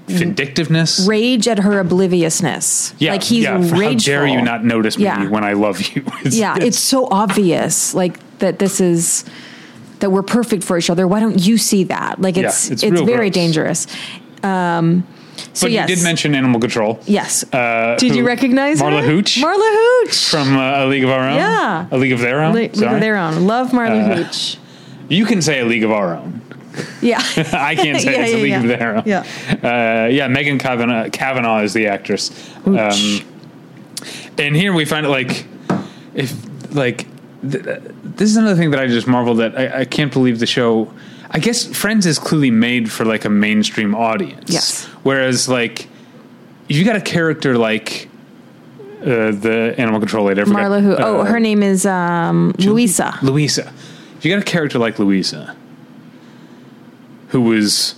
Speaker 1: vindictiveness.
Speaker 2: rage at her obliviousness.
Speaker 1: yeah,
Speaker 2: like he's
Speaker 1: yeah.
Speaker 2: rageful.
Speaker 1: How dare you not notice me
Speaker 2: Yeah.
Speaker 1: when I love you? *laughs* It's-
Speaker 2: Yeah,
Speaker 1: it's-
Speaker 2: it's so obvious. Like that. This is that we're perfect for each other. Why don't you see that? Like it's
Speaker 1: it's
Speaker 2: it's,
Speaker 1: real
Speaker 2: very
Speaker 1: gross.
Speaker 2: dangerous. Um, so
Speaker 1: but
Speaker 2: yes,
Speaker 1: you did mention animal control
Speaker 2: yes.
Speaker 1: Uh,
Speaker 2: did
Speaker 1: who-
Speaker 2: you recognize
Speaker 1: Marla
Speaker 2: her?
Speaker 1: Hooch?
Speaker 2: Marla Hooch
Speaker 1: from uh, a league of our own?
Speaker 2: Yeah.
Speaker 1: a league of their own.
Speaker 2: Le- League
Speaker 1: Sorry. Uh,
Speaker 2: of Their Own. Love Marla Hooch.
Speaker 1: You can say a league of our own. *laughs*
Speaker 2: Yeah.
Speaker 1: I
Speaker 2: *laughs*
Speaker 1: can't say
Speaker 2: Yeah,
Speaker 1: it's a
Speaker 2: yeah,
Speaker 1: league
Speaker 2: yeah.
Speaker 1: of their own.
Speaker 2: Yeah.
Speaker 1: uh, yeah. Megan Kavanaugh, Kavanaugh is the actress. Um,
Speaker 2: Hooch.
Speaker 1: and here we find it like if like th- th- this is another thing that I just marveled at. I, I can't believe the show. I guess Friends is clearly made for like a mainstream audience.
Speaker 2: Yes.
Speaker 1: Whereas like you got a character like uh, the animal control lady. I forgot-
Speaker 2: Marla Hooch.
Speaker 1: uh,
Speaker 2: oh, her name is um, Louisa.
Speaker 1: Louisa. If you got a character like Louisa, who was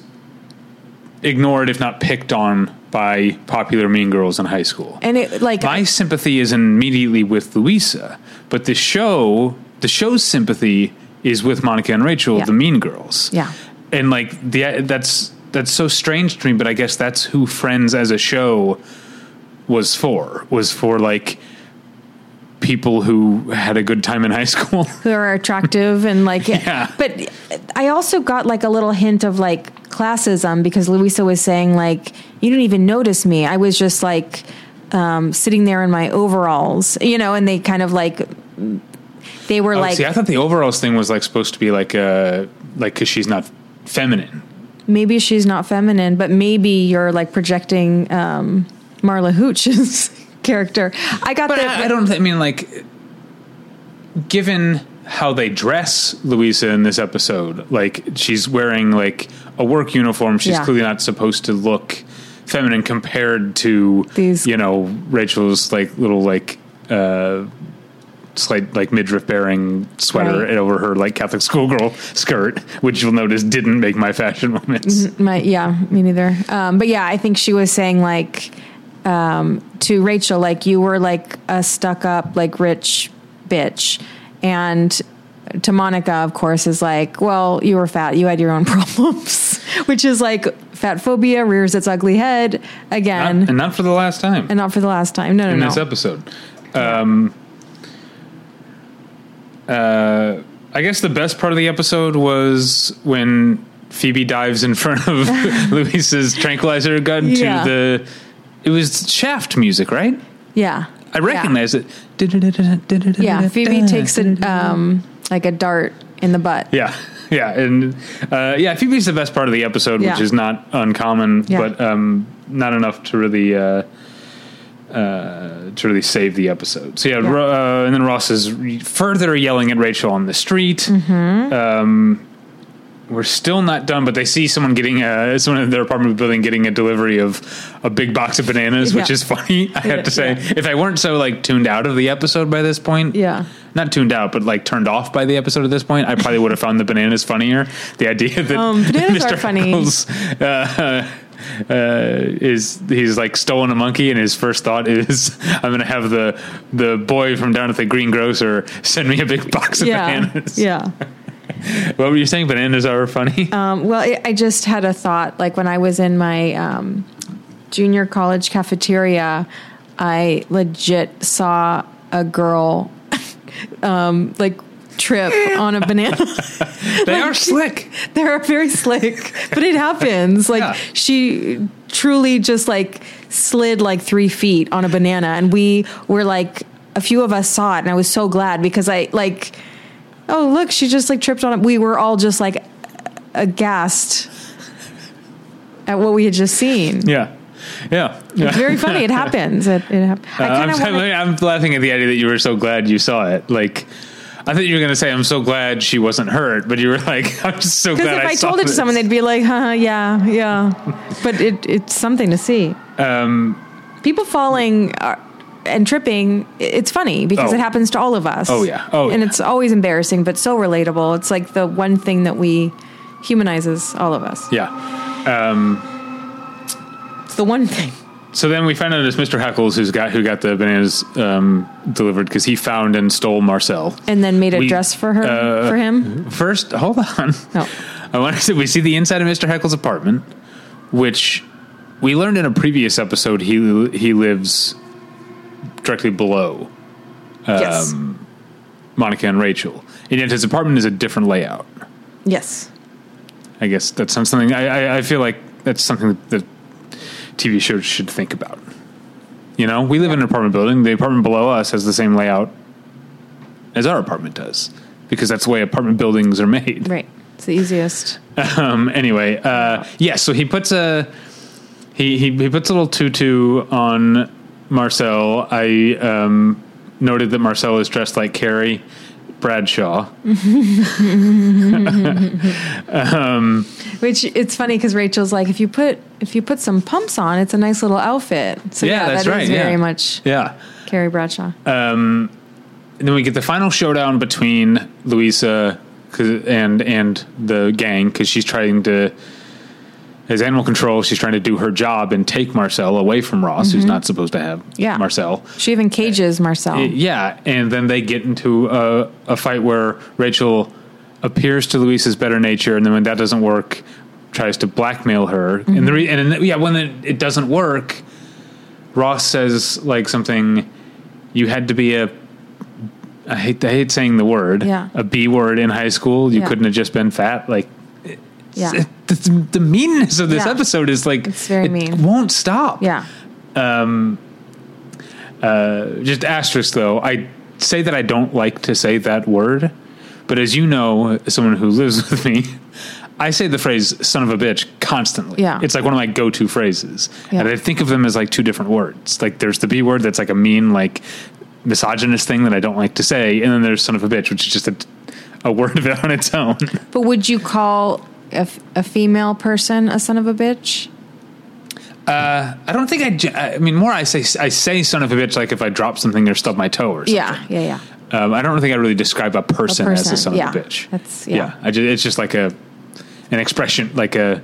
Speaker 1: ignored, if not picked on, by popular mean girls in high school,
Speaker 2: And it like
Speaker 1: my sympathy is immediately with Louisa, but the show, the show's sympathy is with Monica and Rachel,
Speaker 2: Yeah.
Speaker 1: the mean girls.
Speaker 2: Yeah.
Speaker 1: and like the that's that's so strange to me, but I guess that's who Friends as a show was for. Was for like people who had a good time in high school. *laughs*
Speaker 2: who are attractive and like
Speaker 1: Yeah.
Speaker 2: but i also got like a little hint of like classism because louisa was saying like you didn't even notice me i was just like um, sitting there in my overalls you know and they kind of like they were
Speaker 1: Oh,
Speaker 2: like
Speaker 1: see, I thought the overalls thing was like supposed to be like uh like because she's not feminine.
Speaker 2: maybe she's not feminine but maybe you're like projecting um, marla hooch's *laughs* character i got
Speaker 1: But
Speaker 2: the
Speaker 1: I, I don't. I mean, like, given how they dress Louisa in this episode, like she's wearing like a work uniform. She's
Speaker 2: Yeah.
Speaker 1: clearly not supposed to look feminine compared to
Speaker 2: These-
Speaker 1: you know Rachel's like little like uh slight like midriff bearing sweater
Speaker 2: Right.
Speaker 1: over her like Catholic schoolgirl skirt, which you'll notice didn't make my fashion moments.
Speaker 2: My, yeah, me neither. Um, but yeah, I think she was saying like um, to Rachel, like you were like a stuck up, like rich bitch, and to Monica, of course, is like, well, you were fat, you had your own *laughs* problems, which is like fat phobia rears its ugly head again,
Speaker 1: Not- Uh, and not for the last time.
Speaker 2: and not for the last time. No, no,
Speaker 1: in
Speaker 2: no.
Speaker 1: this episode. Um, uh, I guess the best part of the episode was when Phoebe dives in *laughs* front of
Speaker 2: *laughs*
Speaker 1: Luisa's tranquilizer gun
Speaker 2: Yeah.
Speaker 1: to the. It was Shaft music, right?
Speaker 2: yeah,
Speaker 1: I recognize it.
Speaker 2: uh, Yeah, yeah Phoebe takes a um, like a dart in the butt.
Speaker 1: *laughs* Yeah, yeah, and uh, yeah, Phoebe's the best part of the episode, which
Speaker 2: Yeah.
Speaker 1: is not uncommon,
Speaker 2: Yeah.
Speaker 1: but um, not enough to really uh, uh, to really save the episode. So yeah,
Speaker 2: Yeah.
Speaker 1: Ro- Uh, and then Ross is re- further yelling at Rachel on the street. Um,
Speaker 2: Mm-hmm.
Speaker 1: we're still not done, but they see someone getting a someone in their apartment building getting a delivery of a big box of bananas, which
Speaker 2: Yeah.
Speaker 1: is *laughs* funny. I have to say, if I weren't so like tuned out of the episode by this point,
Speaker 2: Yeah.
Speaker 1: not tuned out, but like turned off by the episode at this point, I probably would have found the bananas funnier. The idea that
Speaker 2: Um, bananas
Speaker 1: Mr.
Speaker 2: are funny.
Speaker 1: Eccles, uh, uh, is he's like stolen a monkey, and his first thought is, *laughs* "I'm gonna have the the boy from down at the greengrocer send me a big box of
Speaker 2: Yeah.
Speaker 1: *laughs* bananas."
Speaker 2: Yeah.
Speaker 1: What were you saying? Bananas are funny.
Speaker 2: Um, well, it, I just had a thought. Like when I was in my um, junior college cafeteria, I legit saw a girl *laughs* um, like trip on a banana.
Speaker 1: they are slick.
Speaker 2: *laughs* They're very slick, but it happens. Like
Speaker 1: Yeah.
Speaker 2: she truly just like slid like three feet on a banana, and we were like a few of us saw it, and I was so glad because I like, oh look, she just like tripped on it. We were all just like aghast at what we had just seen.
Speaker 1: Yeah, yeah. *laughs* yeah.
Speaker 2: It's very funny. It happens. It, it hap- I
Speaker 1: Uh,
Speaker 2: kind
Speaker 1: *laughs* I'm,
Speaker 2: of
Speaker 1: sorry, I'm laughing at the idea that you were so glad you saw it. Like, I thought you were going to say, "I'm so glad she wasn't hurt," but you were *laughs* like, "I'm just so
Speaker 2: because
Speaker 1: glad
Speaker 2: if
Speaker 1: I,
Speaker 2: I
Speaker 1: saw
Speaker 2: told it to
Speaker 1: this."
Speaker 2: someone, they'd be like, "Huh, yeah, yeah," but it, it's something to see.
Speaker 1: Um,
Speaker 2: people falling are, and tripping i- it's funny because
Speaker 1: Oh.
Speaker 2: it happens to all of us
Speaker 1: Oh, yeah. Oh,
Speaker 2: and
Speaker 1: yeah.
Speaker 2: it's always embarrassing but so relatable it's like the one thing that we humanizes all of us
Speaker 1: yeah.
Speaker 2: it's the one thing
Speaker 1: So then we found out it's Mr. Heckles who's got who got the bananas um, delivered because he found and stole Marcel.
Speaker 2: and then made a
Speaker 1: We-
Speaker 2: dress for her
Speaker 1: uh,
Speaker 2: for him
Speaker 1: First, hold on.
Speaker 2: no
Speaker 1: *laughs* I want to say we see the inside of Mr. Heckle's apartment, which we learned in a previous episode he he lives directly below
Speaker 2: yes
Speaker 1: Um, Monica and Rachel, and yet his apartment is a different layout.
Speaker 2: yes
Speaker 1: I guess that's something I, I, I feel like that's something that TV shows should think about. You know, we live in an apartment building. The apartment below us has the same layout as our apartment does because that's the way apartment buildings are made.
Speaker 2: right it's the easiest
Speaker 1: Um, anyway, uh, yeah, so he puts a he, he he puts a little tutu on Marcel. I um, noted that Marcel is dressed like Carrie Bradshaw.
Speaker 2: which it's funny because rachel's like if you put if you put some pumps on it's a nice little outfit so
Speaker 1: Yeah,
Speaker 2: yeah,
Speaker 1: that's
Speaker 2: that
Speaker 1: right,
Speaker 2: is
Speaker 1: yeah.
Speaker 2: very much
Speaker 1: Yeah.
Speaker 2: carrie bradshaw
Speaker 1: And then we get the final showdown between Louisa 'cause- and and the gang because she's trying to, as animal control, she's trying to do her job and take Marcel away from Ross, who's not supposed to have
Speaker 2: Yeah.
Speaker 1: Marcel.
Speaker 2: she even cages marcel
Speaker 1: Yeah, and then they get into a, a fight where Rachel appears to Luisa's better nature, and then when that doesn't work, tries to blackmail her. And
Speaker 2: Mm-hmm.
Speaker 1: the re- and then, yeah, when it, it doesn't work, Ross says like something. You had to be a. I hate I hate saying the word.
Speaker 2: Yeah.
Speaker 1: A B word in high school. You
Speaker 2: Yeah.
Speaker 1: couldn't have just been fat. Like. it-
Speaker 2: Yeah.
Speaker 1: *laughs* The, the meanness of this
Speaker 2: Yeah.
Speaker 1: episode is like
Speaker 2: It's very
Speaker 1: it
Speaker 2: mean.
Speaker 1: won't stop
Speaker 2: yeah
Speaker 1: just asterisk though i say that i don't like to say that word but as you know as someone who lives *laughs* with me i say the phrase son of a bitch constantly
Speaker 2: Yeah.
Speaker 1: it's like one of my go-to phrases
Speaker 2: Yeah.
Speaker 1: and i think of them as like two different words like there's the b word that's like a mean like misogynist thing that i don't like to say and then there's son of a bitch which is just a, a word of it on its own
Speaker 2: But would you call a, f- a female person a son of a bitch?
Speaker 1: i don't think i ge- i mean more i say i say son of a bitch like if i drop something or stub my toe or something
Speaker 2: Yeah, yeah, yeah.
Speaker 1: Um, I don't think I really describe a person, as a
Speaker 2: person,
Speaker 1: son
Speaker 2: yeah.
Speaker 1: of a bitch.
Speaker 2: That's- yeah.
Speaker 1: I ju- it's just like a an expression, like a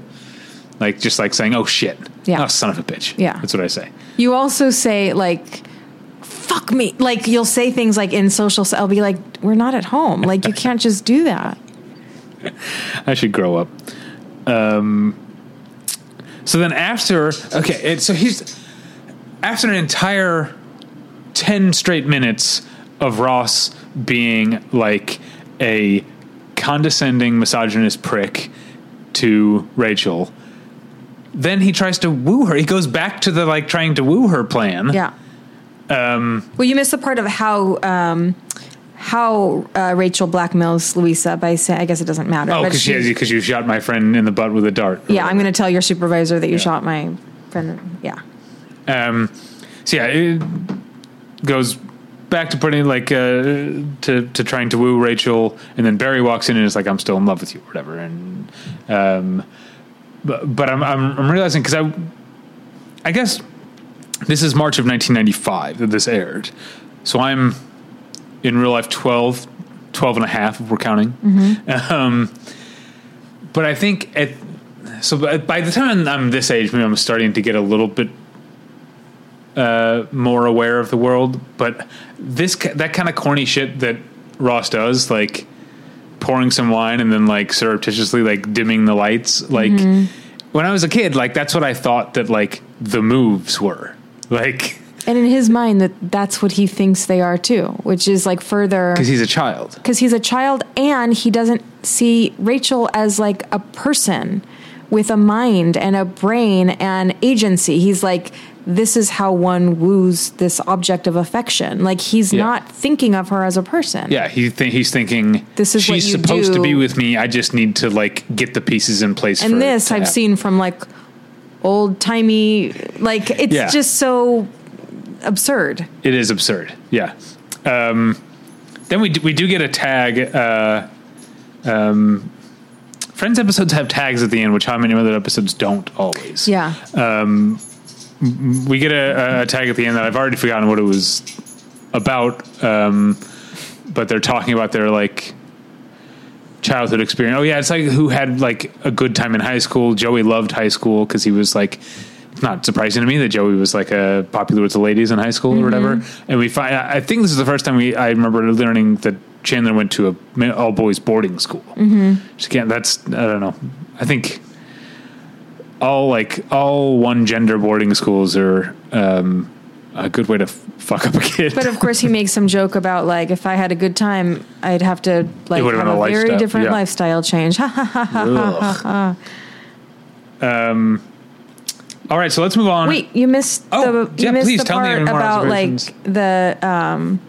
Speaker 1: like just like saying, "Oh shit,
Speaker 2: Yeah.
Speaker 1: oh son of a bitch."
Speaker 2: Yeah.
Speaker 1: that's what I say.
Speaker 2: You also say like, "Fuck me!" Like you'll say things like in social. se- I'll be like, "We're not at home. Like you can't just do *laughs* that."
Speaker 1: I should grow up. Um, so then after, okay, it, so he's after an entire ten straight minutes of Ross being like a condescending misogynist prick to Rachel. Then he tries to woo her. He goes back to the like trying to woo her plan.
Speaker 2: Yeah. Um, well, you missed the part of how um, how uh, Rachel blackmails Louisa by saying, I guess it doesn't matter.
Speaker 1: Oh,
Speaker 2: but
Speaker 1: because she has you because you shot my friend in the butt with a dart.
Speaker 2: yeah, I'm going to tell your supervisor that you
Speaker 1: Yeah.
Speaker 2: shot my friend. Yeah.
Speaker 1: Um, so yeah, it goes back to putting like uh, to to trying to woo Rachel, and then Barry walks in and is like, "I'm still in love with you," or whatever. And um, but, but I'm, I'm I'm realizing because I I guess this is March of 1995 that this aired, so I'm in real life 12, 12 and a half if we're counting. Um, but I think at so by- by the time I'm this age, maybe I'm starting to get a little bit more aware of the world. But this ki- that kind of corny shit that Ross does, like pouring some wine and then like surreptitiously like dimming the lights, like
Speaker 2: Mm-hmm.
Speaker 1: when I was a kid, like that's what I thought that like the moves were, like
Speaker 2: And in his mind, that that's what he thinks they are too, which is like further
Speaker 1: because he's a child.
Speaker 2: because he's a child and he doesn't see Rachel as like a person with a mind and a brain and agency. He's like, this is how one woos this object of affection. Like he's
Speaker 1: Yeah.
Speaker 2: not thinking of her as a person.
Speaker 1: Yeah, he th- he's thinking
Speaker 2: This is what
Speaker 1: she's
Speaker 2: you
Speaker 1: supposed to
Speaker 2: do."
Speaker 1: be with me. I just need to like get the pieces in place. for
Speaker 2: And
Speaker 1: it
Speaker 2: this
Speaker 1: to
Speaker 2: I've
Speaker 1: happen."
Speaker 2: seen from like old timey, like it's
Speaker 1: Yeah.
Speaker 2: just so absurd.
Speaker 1: It is absurd. Yeah. Um, then we do, we do get a tag. Uh, um, Friends episodes have tags at the end, which how many other episodes don't always.
Speaker 2: Yeah.
Speaker 1: We get a, a tag at the end that I've already forgotten what it was about, um, but they're talking about their like childhood experience. Oh yeah, it's like who had like a good time in high school. Joey loved high school because he was like. It's not surprising to me that Joey was like a popular with the ladies in high school or whatever. And we find I I think this is the first time we I remember learning that Chandler went to a all boys boarding school. Mm-hmm. Again, that's I don't know. I think all like all one gender boarding schools are um, a good way to f- fuck up a kid.
Speaker 2: But of course, he makes some joke about like if I had a good time, I'd have to like
Speaker 1: would've
Speaker 2: have
Speaker 1: been a
Speaker 2: a, very
Speaker 1: lifestyle,
Speaker 2: different
Speaker 1: yeah.
Speaker 2: lifestyle change. Ha ha ha ha ha
Speaker 1: Ugh.
Speaker 2: ha. ha.
Speaker 1: all right, so let's move on.
Speaker 2: Wait, you missed
Speaker 1: Oh,
Speaker 2: the you
Speaker 1: yeah,
Speaker 2: missed
Speaker 1: please
Speaker 2: the
Speaker 1: tell me
Speaker 2: part
Speaker 1: more
Speaker 2: about like
Speaker 1: observations.
Speaker 2: the um,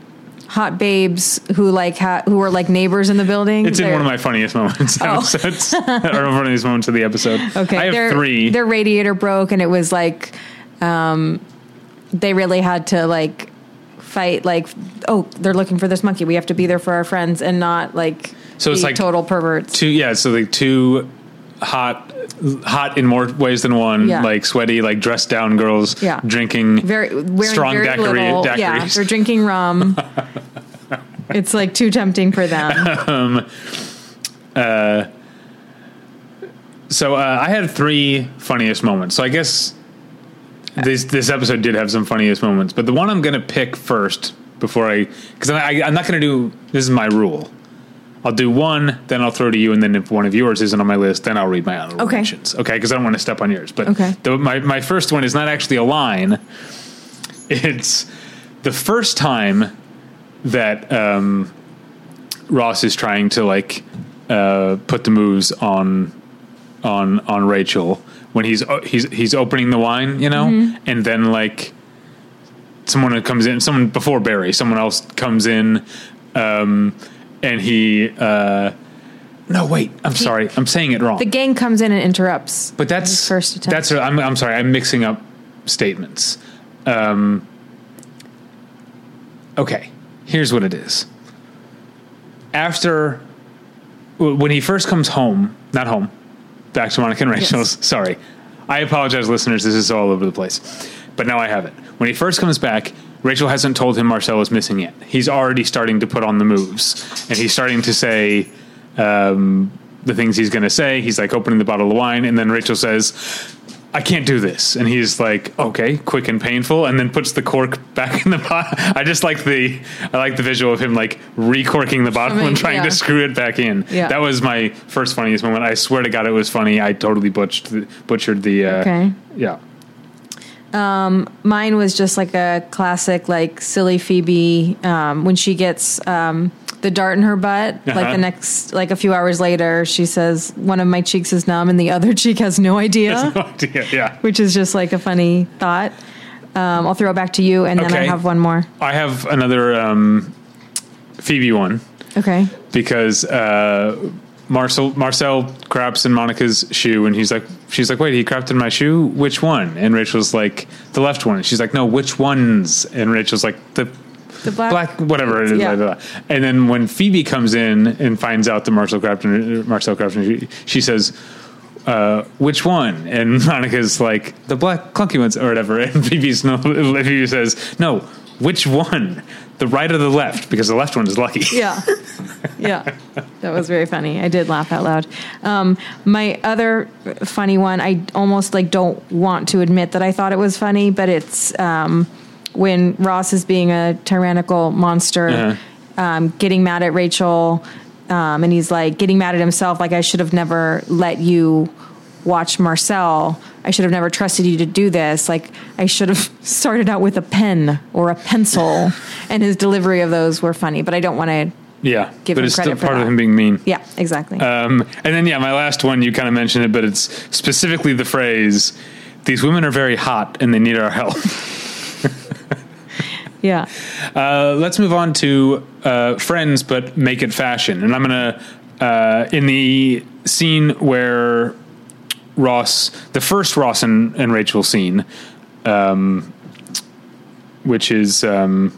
Speaker 2: hot babes who like ha- who were like neighbors in the building.
Speaker 1: It's in
Speaker 2: They're-
Speaker 1: one of my funniest moments. *laughs*
Speaker 2: Oh.
Speaker 1: episodes, or
Speaker 2: *laughs*
Speaker 1: one of these moments of the episode.
Speaker 2: Okay,
Speaker 1: I
Speaker 2: their,
Speaker 1: have three.
Speaker 2: Their radiator broke, and it was like um, they really had to like fight. Like, oh, they're looking for this monkey. We have to be there for our friends and not like
Speaker 1: So it's
Speaker 2: be
Speaker 1: like
Speaker 2: total perverts.
Speaker 1: two yeah so like two hot hot in more ways than one
Speaker 2: Yeah.
Speaker 1: like sweaty like dressed down girls
Speaker 2: Yeah.
Speaker 1: drinking
Speaker 2: very wearing
Speaker 1: strong
Speaker 2: very
Speaker 1: daiquiri-
Speaker 2: little. Yeah,
Speaker 1: daiquiris.
Speaker 2: they're drinking rum.
Speaker 1: *laughs*
Speaker 2: it's like too tempting for them.
Speaker 1: so uh, i had three funniest moments so i guess this this episode did have some funniest moments but the one i'm gonna pick first before i because I, I, i'm not gonna do this is my rule I'll do one, then I'll throw to you, and then if one of yours isn't on my list, then I'll read my honorable
Speaker 2: Okay.
Speaker 1: mentions. Okay, because I don't want to step on yours. But
Speaker 2: Okay.
Speaker 1: the, my my first one is not actually a line. *laughs* It's the first time that um, Ross is trying to like uh, put the moves on on on Rachel when he's o- he's he's opening the wine, you know, and then like someone who comes in, someone before Barry, someone else comes in, um, and he. Uh, no, wait. I'm sorry. I'm saying it wrong.
Speaker 2: The gang comes in and interrupts.
Speaker 1: But that's
Speaker 2: His first attempt.
Speaker 1: That's I'm, I'm sorry. I'm mixing up statements. Um, okay, here's what it is. After w- when he first comes home, not home, back to Monica and Rachel's. Sorry, I apologize, listeners. This is all over the place, but now I have it. When he first comes back. Rachel hasn't told him Marcel is missing yet. He's already starting to put on the moves, and he's starting to say, the things he's going to say. He's like opening the bottle of wine, and then Rachel says, "I can't do this," and he's like, "Okay, quick and painful," and then puts the cork *laughs* back in the pot. I just like the I like the visual of him like recorking the bottle
Speaker 2: I mean,
Speaker 1: and trying
Speaker 2: yeah.
Speaker 1: to screw it back in.
Speaker 2: Yeah.
Speaker 1: That was my first funniest moment. I swear to God, it was funny. I totally butchered the, butchered the. Uh,
Speaker 2: Okay.
Speaker 1: Yeah. *laughs*
Speaker 2: Mine was just like a classic, like silly Phoebe um, when she gets um, the dart in her butt. Like
Speaker 1: Uh-huh.
Speaker 2: the next, like a few hours later, she says, "One of my cheeks is numb, and the other *laughs* cheek has no idea,"
Speaker 1: No idea. Oh, Yeah.
Speaker 2: which is just like a funny thought. Um, I'll throw it back to you, and then I
Speaker 1: Okay.
Speaker 2: have one more.
Speaker 1: I have another um, Phoebe one
Speaker 2: Okay.
Speaker 1: because uh, Marcel Marcel craps in Monica's shoe, and he's like, she's like, wait, he crapped in my shoe. Which one? And Rachel's like, the left one. And she's like, no, which ones? And Rachel's like, the
Speaker 2: The black-
Speaker 1: whatever. it is,
Speaker 2: Uh, Yeah.
Speaker 1: blah, blah, blah. And then when Phoebe comes in and finds out that Marcel crapped in Marcel crapped in, her shoe, she says. Uh, which one? And *laughs* Monica's like the black clunky ones or whatever. And *laughs* Phoebe's no, Phoebe says no. Which one? The right or the left? Because the left one is lucky.
Speaker 2: Yeah. Yeah. That was very funny. I did laugh out loud. Um, my other funny one, I almost like don't want to admit that I thought it was funny, but it's um, when Ross is being a tyrannical monster, um, getting mad at Rachel, um, and he's like getting mad at himself, like I should have never let you watch Marcel. I should have never trusted you to do this. Like I should have started out with a pen or a pencil. and his delivery of those were funny, but I don't want to
Speaker 1: Yeah,
Speaker 2: Give
Speaker 1: but
Speaker 2: him
Speaker 1: it's still
Speaker 2: credit for
Speaker 1: part of
Speaker 2: that.
Speaker 1: him being mean.
Speaker 2: yeah, exactly.
Speaker 1: Um, and then yeah, my last one you kind of mentioned it, but it's specifically the phrase: "These women are very hot and they need our help." *laughs*
Speaker 2: yeah.
Speaker 1: Uh, let's move on to uh, friends, but make it fashion. And I'm gonna uh, in the scene where Ross, the first Ross and, and Rachel scene, um, which is um,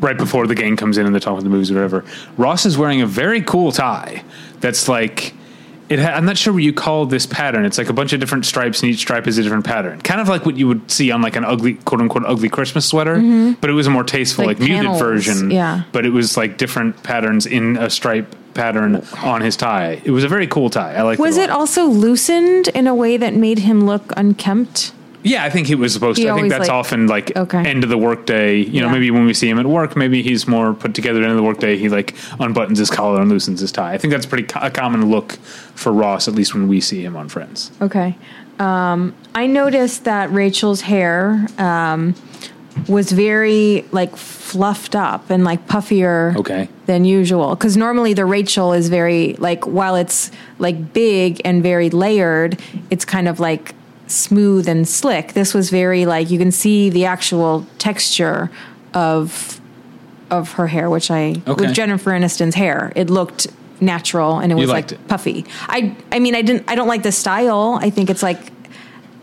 Speaker 1: right before the gang comes in and they're talking about the movies or whatever. Ross is wearing a very cool tie that's like. It ha- I'm not sure what you call this pattern. It's like a bunch of different stripes, and each stripe is a different pattern. Kind of like what you would see on like an ugly, quote unquote, ugly Christmas sweater, but it was a more tasteful,
Speaker 2: Mm-hmm. Like
Speaker 1: like, muted
Speaker 2: panels,
Speaker 1: version.
Speaker 2: yeah.
Speaker 1: But it was like different patterns in a stripe pattern on his tie. It was a very cool tie. I like.
Speaker 2: Was it also loosened in a way that made him look unkempt?
Speaker 1: Yeah, I think he was supposed
Speaker 2: He
Speaker 1: to. I think
Speaker 2: always,
Speaker 1: that's
Speaker 2: like-
Speaker 1: often like
Speaker 2: Okay.
Speaker 1: end of the workday. You know,
Speaker 2: Yeah.
Speaker 1: maybe when we see him at work, maybe he's more put together. End of the workday, he like unbuttons his collar and loosens his tie. I think that's pretty co- a common look for Ross, at least when we see him on Friends.
Speaker 2: Okay. Um, I noticed that Rachel's hair um, was very like fluffed up and like puffier
Speaker 1: Okay.
Speaker 2: than usual. Because normally the Rachel is very like while it's like big and very layered, it's kind of like smooth and slick. This was very like you can see the actual texture of of her hair, which I
Speaker 1: Okay.
Speaker 2: with Jennifer Aniston's hair, it looked natural and it was
Speaker 1: liked
Speaker 2: like
Speaker 1: it.
Speaker 2: puffy. I I mean I didn't I don't like the style. I think it's like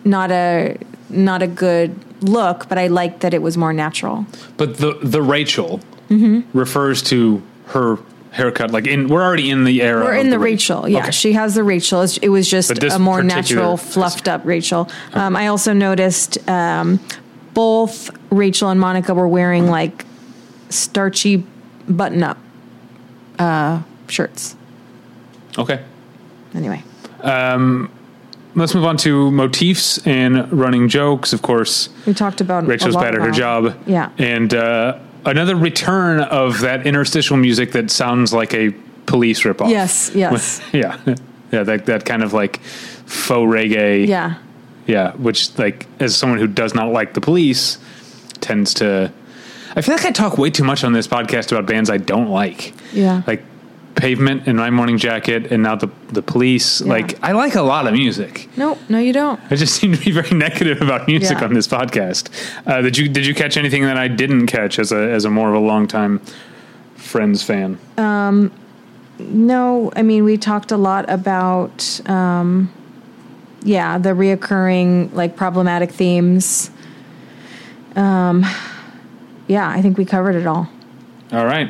Speaker 2: not a not a good look, but I liked that it was more natural.
Speaker 1: But the the Rachel
Speaker 2: Mm-hmm.
Speaker 1: refers to her haircut. Like in we're already in the era.
Speaker 2: Or
Speaker 1: of
Speaker 2: in the
Speaker 1: Ra-
Speaker 2: Rachel, yeah,
Speaker 1: Okay.
Speaker 2: she has the Rachel. It's- It was just
Speaker 1: But this
Speaker 2: a more
Speaker 1: particular-
Speaker 2: natural, fluffed up Rachel. Um, I also noticed um, both Rachel and Monica were wearing like starchy button up uh, shirts.
Speaker 1: Okay.
Speaker 2: Anyway,
Speaker 1: Let's move on to motifs and running jokes. Of course,
Speaker 2: we talked about
Speaker 1: Rachel's
Speaker 2: a lot
Speaker 1: bad at her
Speaker 2: about-
Speaker 1: job.
Speaker 2: Yeah,
Speaker 1: And uh, another return of that interstitial music that sounds like a police ripoff.
Speaker 2: Yes, yes.
Speaker 1: *laughs* yeah. Yeah, that, that kind of like faux reggae.
Speaker 2: yeah.
Speaker 1: Yeah, which, like, as someone who does not like the police, tends to. I feel like I talk way too much on this podcast about bands I don't like.
Speaker 2: Yeah.
Speaker 1: Like Pavement and My Morning Jacket and now the, the police. Like, I like a lot of music.
Speaker 2: No, no, you don't.
Speaker 1: I just *laughs* seem to be very negative about music
Speaker 2: Yeah.
Speaker 1: on this podcast. Uh, did you did you catch anything that I didn't catch as a as a more of a longtime Friends fan?
Speaker 2: No, I mean we talked a lot about, um, yeah, the reoccurring like problematic themes. Um, yeah, I think we covered it all.
Speaker 1: All right,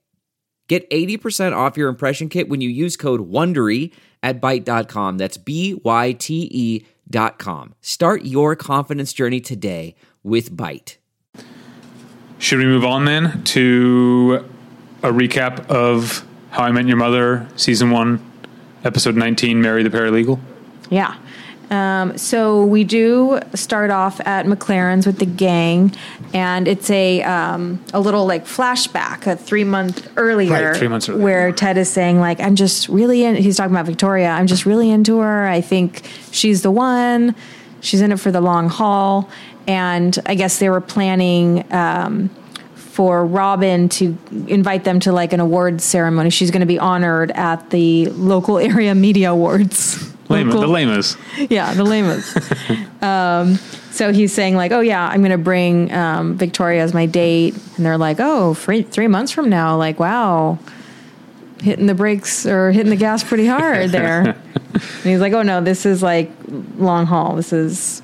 Speaker 3: Get 80% off your impression kit when you use code WONDERY at Byte.com. That's B-Y-T-E E dot com. Start your confidence journey today with Byte.
Speaker 1: should we move on then to a recap of How I Met Your Mother season one, episode nineteen, Mary the Paralegal?
Speaker 2: Yeah. Um, so we do start off at McLaren's with the gang, and it's a um, a little like flashback, a three month earlier,
Speaker 1: Right, three months earlier.
Speaker 2: where Ted is saying like, "I'm just really in." He's talking about Victoria. I'm just really into her. I think she's the one. She's in it for the long haul, and I guess they were planning. Um, for Robin to invite them to like an awards ceremony. She's going to be honored at the local area media awards.
Speaker 1: Lame,
Speaker 2: Local-
Speaker 1: the lamas.
Speaker 2: yeah, the lamas. um, so he's saying like, oh yeah, I'm going to bring um, Victoria as my date, and they're like, oh, three, three months from now, like, wow, hitting the brakes or hitting the gas pretty hard there. and he's like, oh no, this is like long haul. This is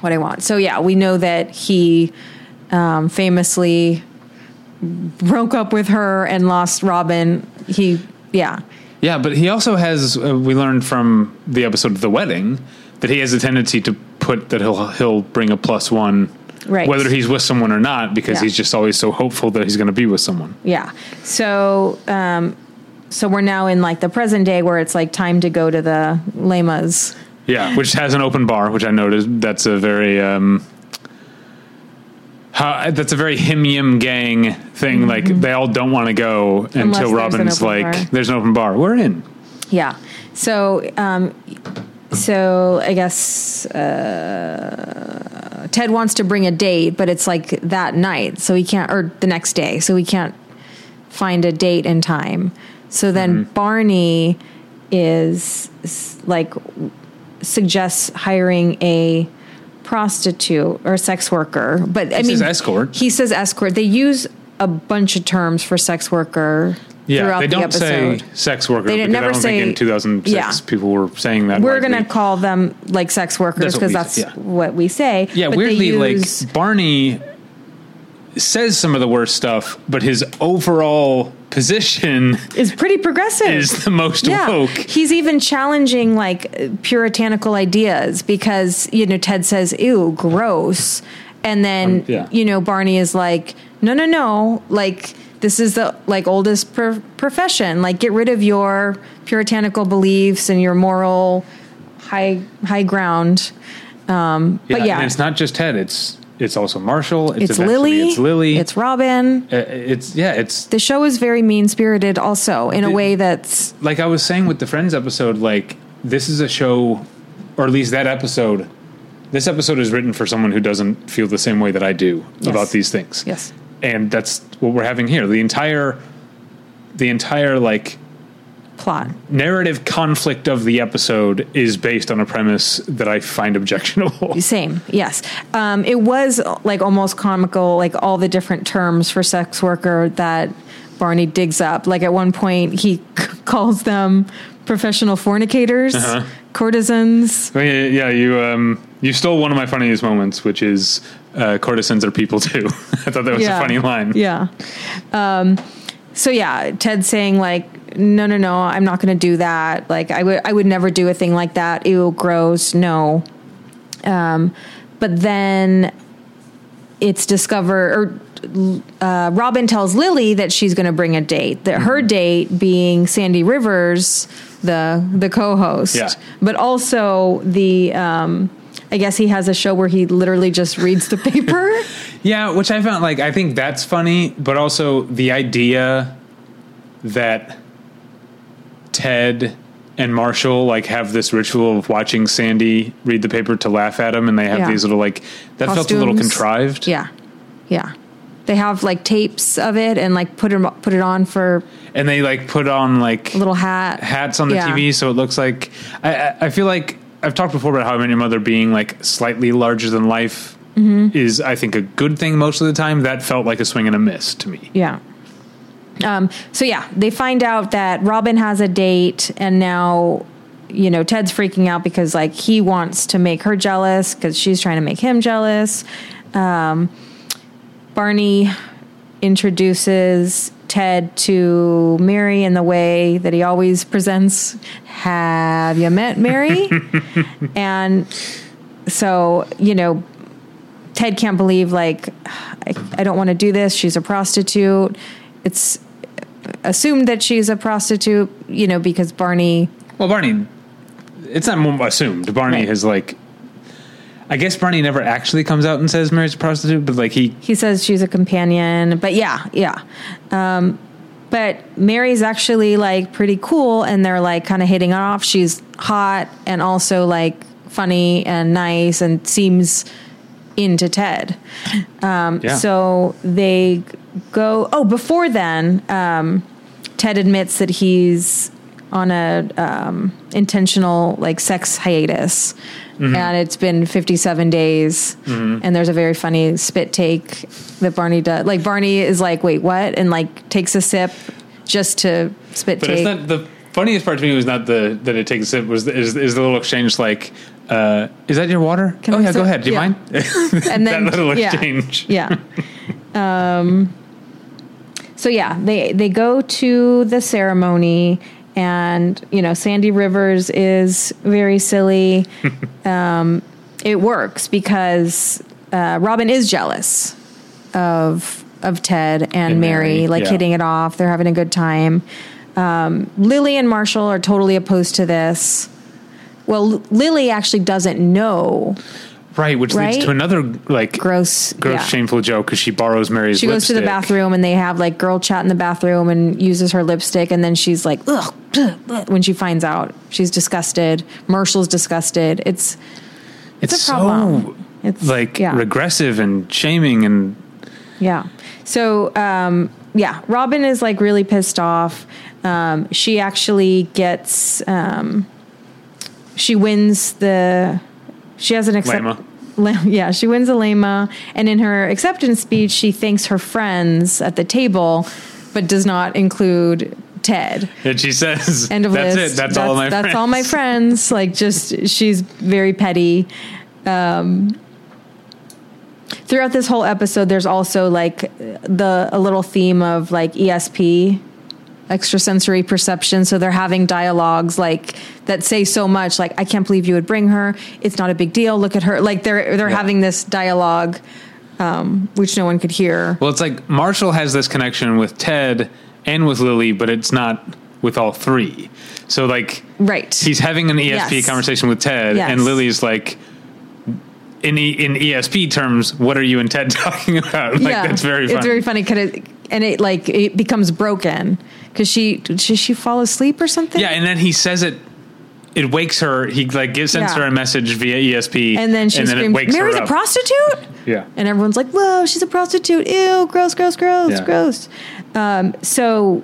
Speaker 2: what I want. So yeah, we know that he um, famously broke up with her and lost Robin. He yeah.
Speaker 1: Yeah, but he also has. Uh, we learned from the episode of the wedding that he has a tendency to put that he'll he'll bring a plus one,
Speaker 2: Right.
Speaker 1: Whether he's with someone or not, because
Speaker 2: Yeah.
Speaker 1: he's just always so hopeful that he's going to be with someone.
Speaker 2: Yeah. So, um, so we're now in like the present day where it's like time to go to the lamas.
Speaker 1: Yeah, which has an open bar, which I noticed. That's a very um, how, that's a very him yim gang thing. Like they all don't want to go
Speaker 2: Mm-hmm. there's
Speaker 1: until
Speaker 2: an
Speaker 1: Robin's
Speaker 2: open
Speaker 1: like,
Speaker 2: bar.
Speaker 1: "There's an open bar. We're in."
Speaker 2: Yeah. So, um, so I guess uh, Ted wants to bring a date, but it's like that night, so he can't, or the next day, so he can't find a date and time. So then
Speaker 1: Mm-hmm.
Speaker 2: Barney is s- like suggests hiring a prostitute or sex worker, but I
Speaker 1: He
Speaker 2: mean
Speaker 1: says escort.
Speaker 2: He says escort. They use a bunch of terms for sex worker.
Speaker 1: Yeah,
Speaker 2: throughout
Speaker 1: they
Speaker 2: the
Speaker 1: don't say
Speaker 2: episode.
Speaker 1: sex worker.
Speaker 2: They didn't-
Speaker 1: because I
Speaker 2: never
Speaker 1: don't
Speaker 2: say-
Speaker 1: think in 2006
Speaker 2: Yeah.
Speaker 1: people were saying that.
Speaker 2: we're
Speaker 1: widely.
Speaker 2: gonna call them like sex workers
Speaker 1: That's what
Speaker 2: because
Speaker 1: we
Speaker 2: that's,
Speaker 1: say, yeah.
Speaker 2: what we say.
Speaker 1: Yeah,
Speaker 2: But they
Speaker 1: weirdly,
Speaker 2: use-
Speaker 1: like Barney says some of the worst stuff, but his overall position *laughs*
Speaker 2: is pretty progressive.
Speaker 1: is the most
Speaker 2: yeah,
Speaker 1: woke.
Speaker 2: he's even challenging like puritanical ideas because you know Ted says "ew, gross," and then
Speaker 1: Um, yeah.
Speaker 2: you know Barney is like, "No, no, no!" Like this is the like oldest pr- profession. Like get rid of your puritanical beliefs and your moral high high ground. Um, but yeah,
Speaker 1: and it's not just Ted. It's it's also Marshall. It's,
Speaker 2: it's
Speaker 1: eventually-
Speaker 2: Lily.
Speaker 1: It's Lily.
Speaker 2: It's Robin.
Speaker 1: Uh, it's yeah. It's
Speaker 2: the show is very mean spirited also in a
Speaker 1: It-
Speaker 2: way that's
Speaker 1: like I was saying with the Friends episode, like this is a show, or at least that episode. This episode is written for someone who doesn't feel the same way that I do about these things.
Speaker 2: yes
Speaker 1: And that's what we're having here. The entire, the entire like
Speaker 2: plot
Speaker 1: narrative conflict of the episode is based on a premise that I find
Speaker 2: *laughs*
Speaker 1: objectionable.
Speaker 2: same yes um, it was like almost comical like all the different terms for sex worker that barney digs up like at one point he *laughs* c- calls them professional fornicators courtesans
Speaker 1: I mean, yeah, you um, you stole one of my funniest moments, which is uh, courtesans are people too. *laughs* I thought that was a funny line.
Speaker 2: Yeah. Um, so yeah, Ted saying like, no, no, no, I'm not going to do that. Like, I would, I would never do a thing like that. Ew, gross. No. Um, but then it's discovered, or uh, Robin tells Lily that she's going to bring a date. That
Speaker 1: Mm-hmm.
Speaker 2: her date being Sandy Rivers, the the co-host,
Speaker 1: Yeah.
Speaker 2: but also the. Um, I guess he has a show where he literally just reads
Speaker 1: *laughs*
Speaker 2: the paper.
Speaker 1: Yeah, which I found like I think that's funny, but also the idea that Ted and Marshall like have this ritual of watching Sandy read the paper to laugh at him, and they have
Speaker 2: Yeah.
Speaker 1: these little like that felt a little
Speaker 2: Costumes.
Speaker 1: contrived.
Speaker 2: Yeah, yeah. They have like tapes of it and like put it put it on for
Speaker 1: and they like put on like
Speaker 2: a little hat.
Speaker 1: hats on the
Speaker 2: Yeah.
Speaker 1: TV, so it looks like I, I, I feel like I've talked before about how I Met Your Mother being like slightly larger than life
Speaker 2: Mm-hmm.
Speaker 1: is I think a good thing most of the time. That felt like a swing and a miss to me.
Speaker 2: Yeah. Um, so yeah, they find out that Robin has a date, and now you know Ted's freaking out because like he wants to make her jealous because she's trying to make him jealous. Um, Barney introduces Ted to Mary in the way that he always presents. Have you met Mary? and so you know Ted can't believe like I, I don't want to do this. She's a prostitute. It's assumed that she's a prostitute, you know, because Barney.
Speaker 1: Well, Barney it's not more assumed. Barney
Speaker 2: Right.
Speaker 1: has like, I guess Barney never actually comes out and says Mary's a prostitute, but like he
Speaker 2: He says she's a companion, but yeah, yeah. Um, but Mary's actually like pretty cool, and they're like kind of hitting it off. She's hot and also like funny and nice, and seems into Ted.
Speaker 1: yeah.
Speaker 2: Um, So they go. Oh, before then, um, Ted admits that he's on a um, intentional like sex hiatus,
Speaker 1: Mm-hmm.
Speaker 2: and it's been fifty-seven days. And there's a very funny spit take that Barney does. Like Barney is like, "Wait, what?" and like takes a sip just to spit
Speaker 1: But
Speaker 2: take.
Speaker 1: it's not the funniest part to me was not the that it takes a sip was is, is the little exchange like uh, is that your water?
Speaker 2: Can
Speaker 1: oh
Speaker 2: I
Speaker 1: yeah, go
Speaker 2: sip?
Speaker 1: ahead. Do you
Speaker 2: Yeah.
Speaker 1: mind? *laughs*
Speaker 2: and then
Speaker 1: that little
Speaker 2: yeah,
Speaker 1: exchange.
Speaker 2: Yeah. *laughs* um, so yeah, they they go to the ceremony, and you know Sandy Rivers is
Speaker 1: *laughs*
Speaker 2: very silly. um, it works because uh, Robin is jealous of of Ted and,
Speaker 1: And
Speaker 2: Mary,
Speaker 1: Mary,
Speaker 2: like
Speaker 1: yeah.
Speaker 2: hitting it off. They're having a good time. Um, Lily and Marshall are totally opposed to this. Well, L- Lily actually doesn't know
Speaker 1: Right, which
Speaker 2: Right?
Speaker 1: leads to another like
Speaker 2: gross
Speaker 1: gross
Speaker 2: yeah.
Speaker 1: shameful joke because she borrows Mary's.
Speaker 2: she goes to the
Speaker 1: lipstick.
Speaker 2: bathroom and they have like girl chat in the bathroom and uses her lipstick and then she's like ugh ugh, ugh," when she finds out she's disgusted marshall's disgusted it's
Speaker 1: It's,
Speaker 2: a problem.
Speaker 1: so
Speaker 2: It's-
Speaker 1: like
Speaker 2: yeah.
Speaker 1: regressive and shaming and
Speaker 2: yeah so um yeah robin is like really pissed off um she actually gets um she wins the she has an accept-
Speaker 1: Lema.
Speaker 2: Lem- *laughs* yeah, she wins a Lema. And in her acceptance speech, she thanks her friends at the table, but does not include Ted.
Speaker 1: and she says
Speaker 2: End of
Speaker 1: that's
Speaker 2: list.
Speaker 1: it. That's, all my.
Speaker 2: That's
Speaker 1: friends.
Speaker 2: all my friends. Like, just she's very petty. Um, throughout this whole episode, there's also like the a little theme of like ESP, extrasensory perception. So they're having dialogues like that say so much. Like, I can't believe you would bring her. It's not a big deal. Look at her. Like they're they're
Speaker 1: Yeah.
Speaker 2: having this dialogue, um, which no one could hear.
Speaker 1: Well, it's like Marshall has this connection with Ted and with Lily, but it's not with all three. So like
Speaker 2: Right.
Speaker 1: he's having an ESP
Speaker 2: Yes.
Speaker 1: conversation with Ted,
Speaker 2: Yes.
Speaker 1: and Lily's like, in e- in ESP terms, what are you and Ted *laughs* talking about? Like that's very funny.
Speaker 2: It's very funny because it and it like it becomes broken because she did she fall asleep or something.
Speaker 1: yeah, and then he says it. It wakes her. He like gives sends
Speaker 2: Yeah.
Speaker 1: her a message via E ESP,
Speaker 2: and then she screams, "Mary's a
Speaker 1: up."
Speaker 2: prostitute!"
Speaker 1: Yeah.
Speaker 2: and everyone's like, "Whoa, she's a prostitute! Ew, gross, gross, gross,
Speaker 1: Yeah.
Speaker 2: gross." Um, so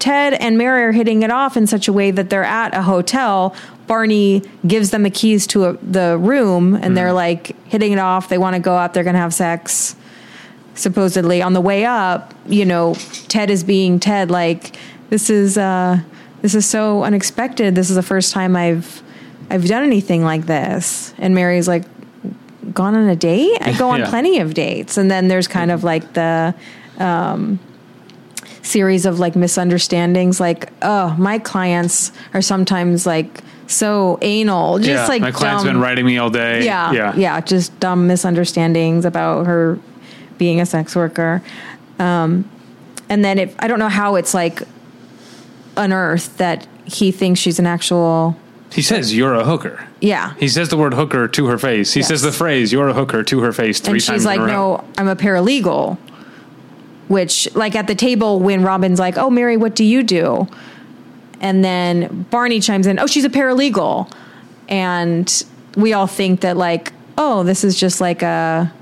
Speaker 2: Ted and Mary are hitting it off in such a way that they're at a hotel. Barney gives them the keys to a, the room, and
Speaker 1: Mm.
Speaker 2: they're like hitting it off. They want to go up. They're going to have sex. Supposedly, on the way up, you know, Ted is being Ted. Like this is uh, this is so unexpected. This is the first time I've I've done anything like this. And Mary's like, gone on a date? I go
Speaker 1: *laughs*
Speaker 2: on
Speaker 1: Yeah.
Speaker 2: plenty of dates. And then there's kind of like the um, series of like misunderstandings like, oh, my clients are sometimes like so anal. Just
Speaker 1: yeah,
Speaker 2: like
Speaker 1: my client's
Speaker 2: dumb-
Speaker 1: been writing me all day.
Speaker 2: yeah,
Speaker 1: yeah,
Speaker 2: yeah, just dumb misunderstandings about her being a sex worker. Um, and then if I don't know how it's like unearthed that he thinks she's an actual
Speaker 1: He says you're a hooker.
Speaker 2: yeah
Speaker 1: He says the word hooker to her face. He
Speaker 2: Yes.
Speaker 1: says the phrase "you're a hooker" to her face three
Speaker 2: and
Speaker 1: times.
Speaker 2: she's like,
Speaker 1: in a row.
Speaker 2: "No, I'm a paralegal." Which, like at the table, when Robin's like, "Oh, Mary, what do you do?" and then Barney chimes in, "Oh, she's a paralegal," and we all think that like, "Oh, this is just like a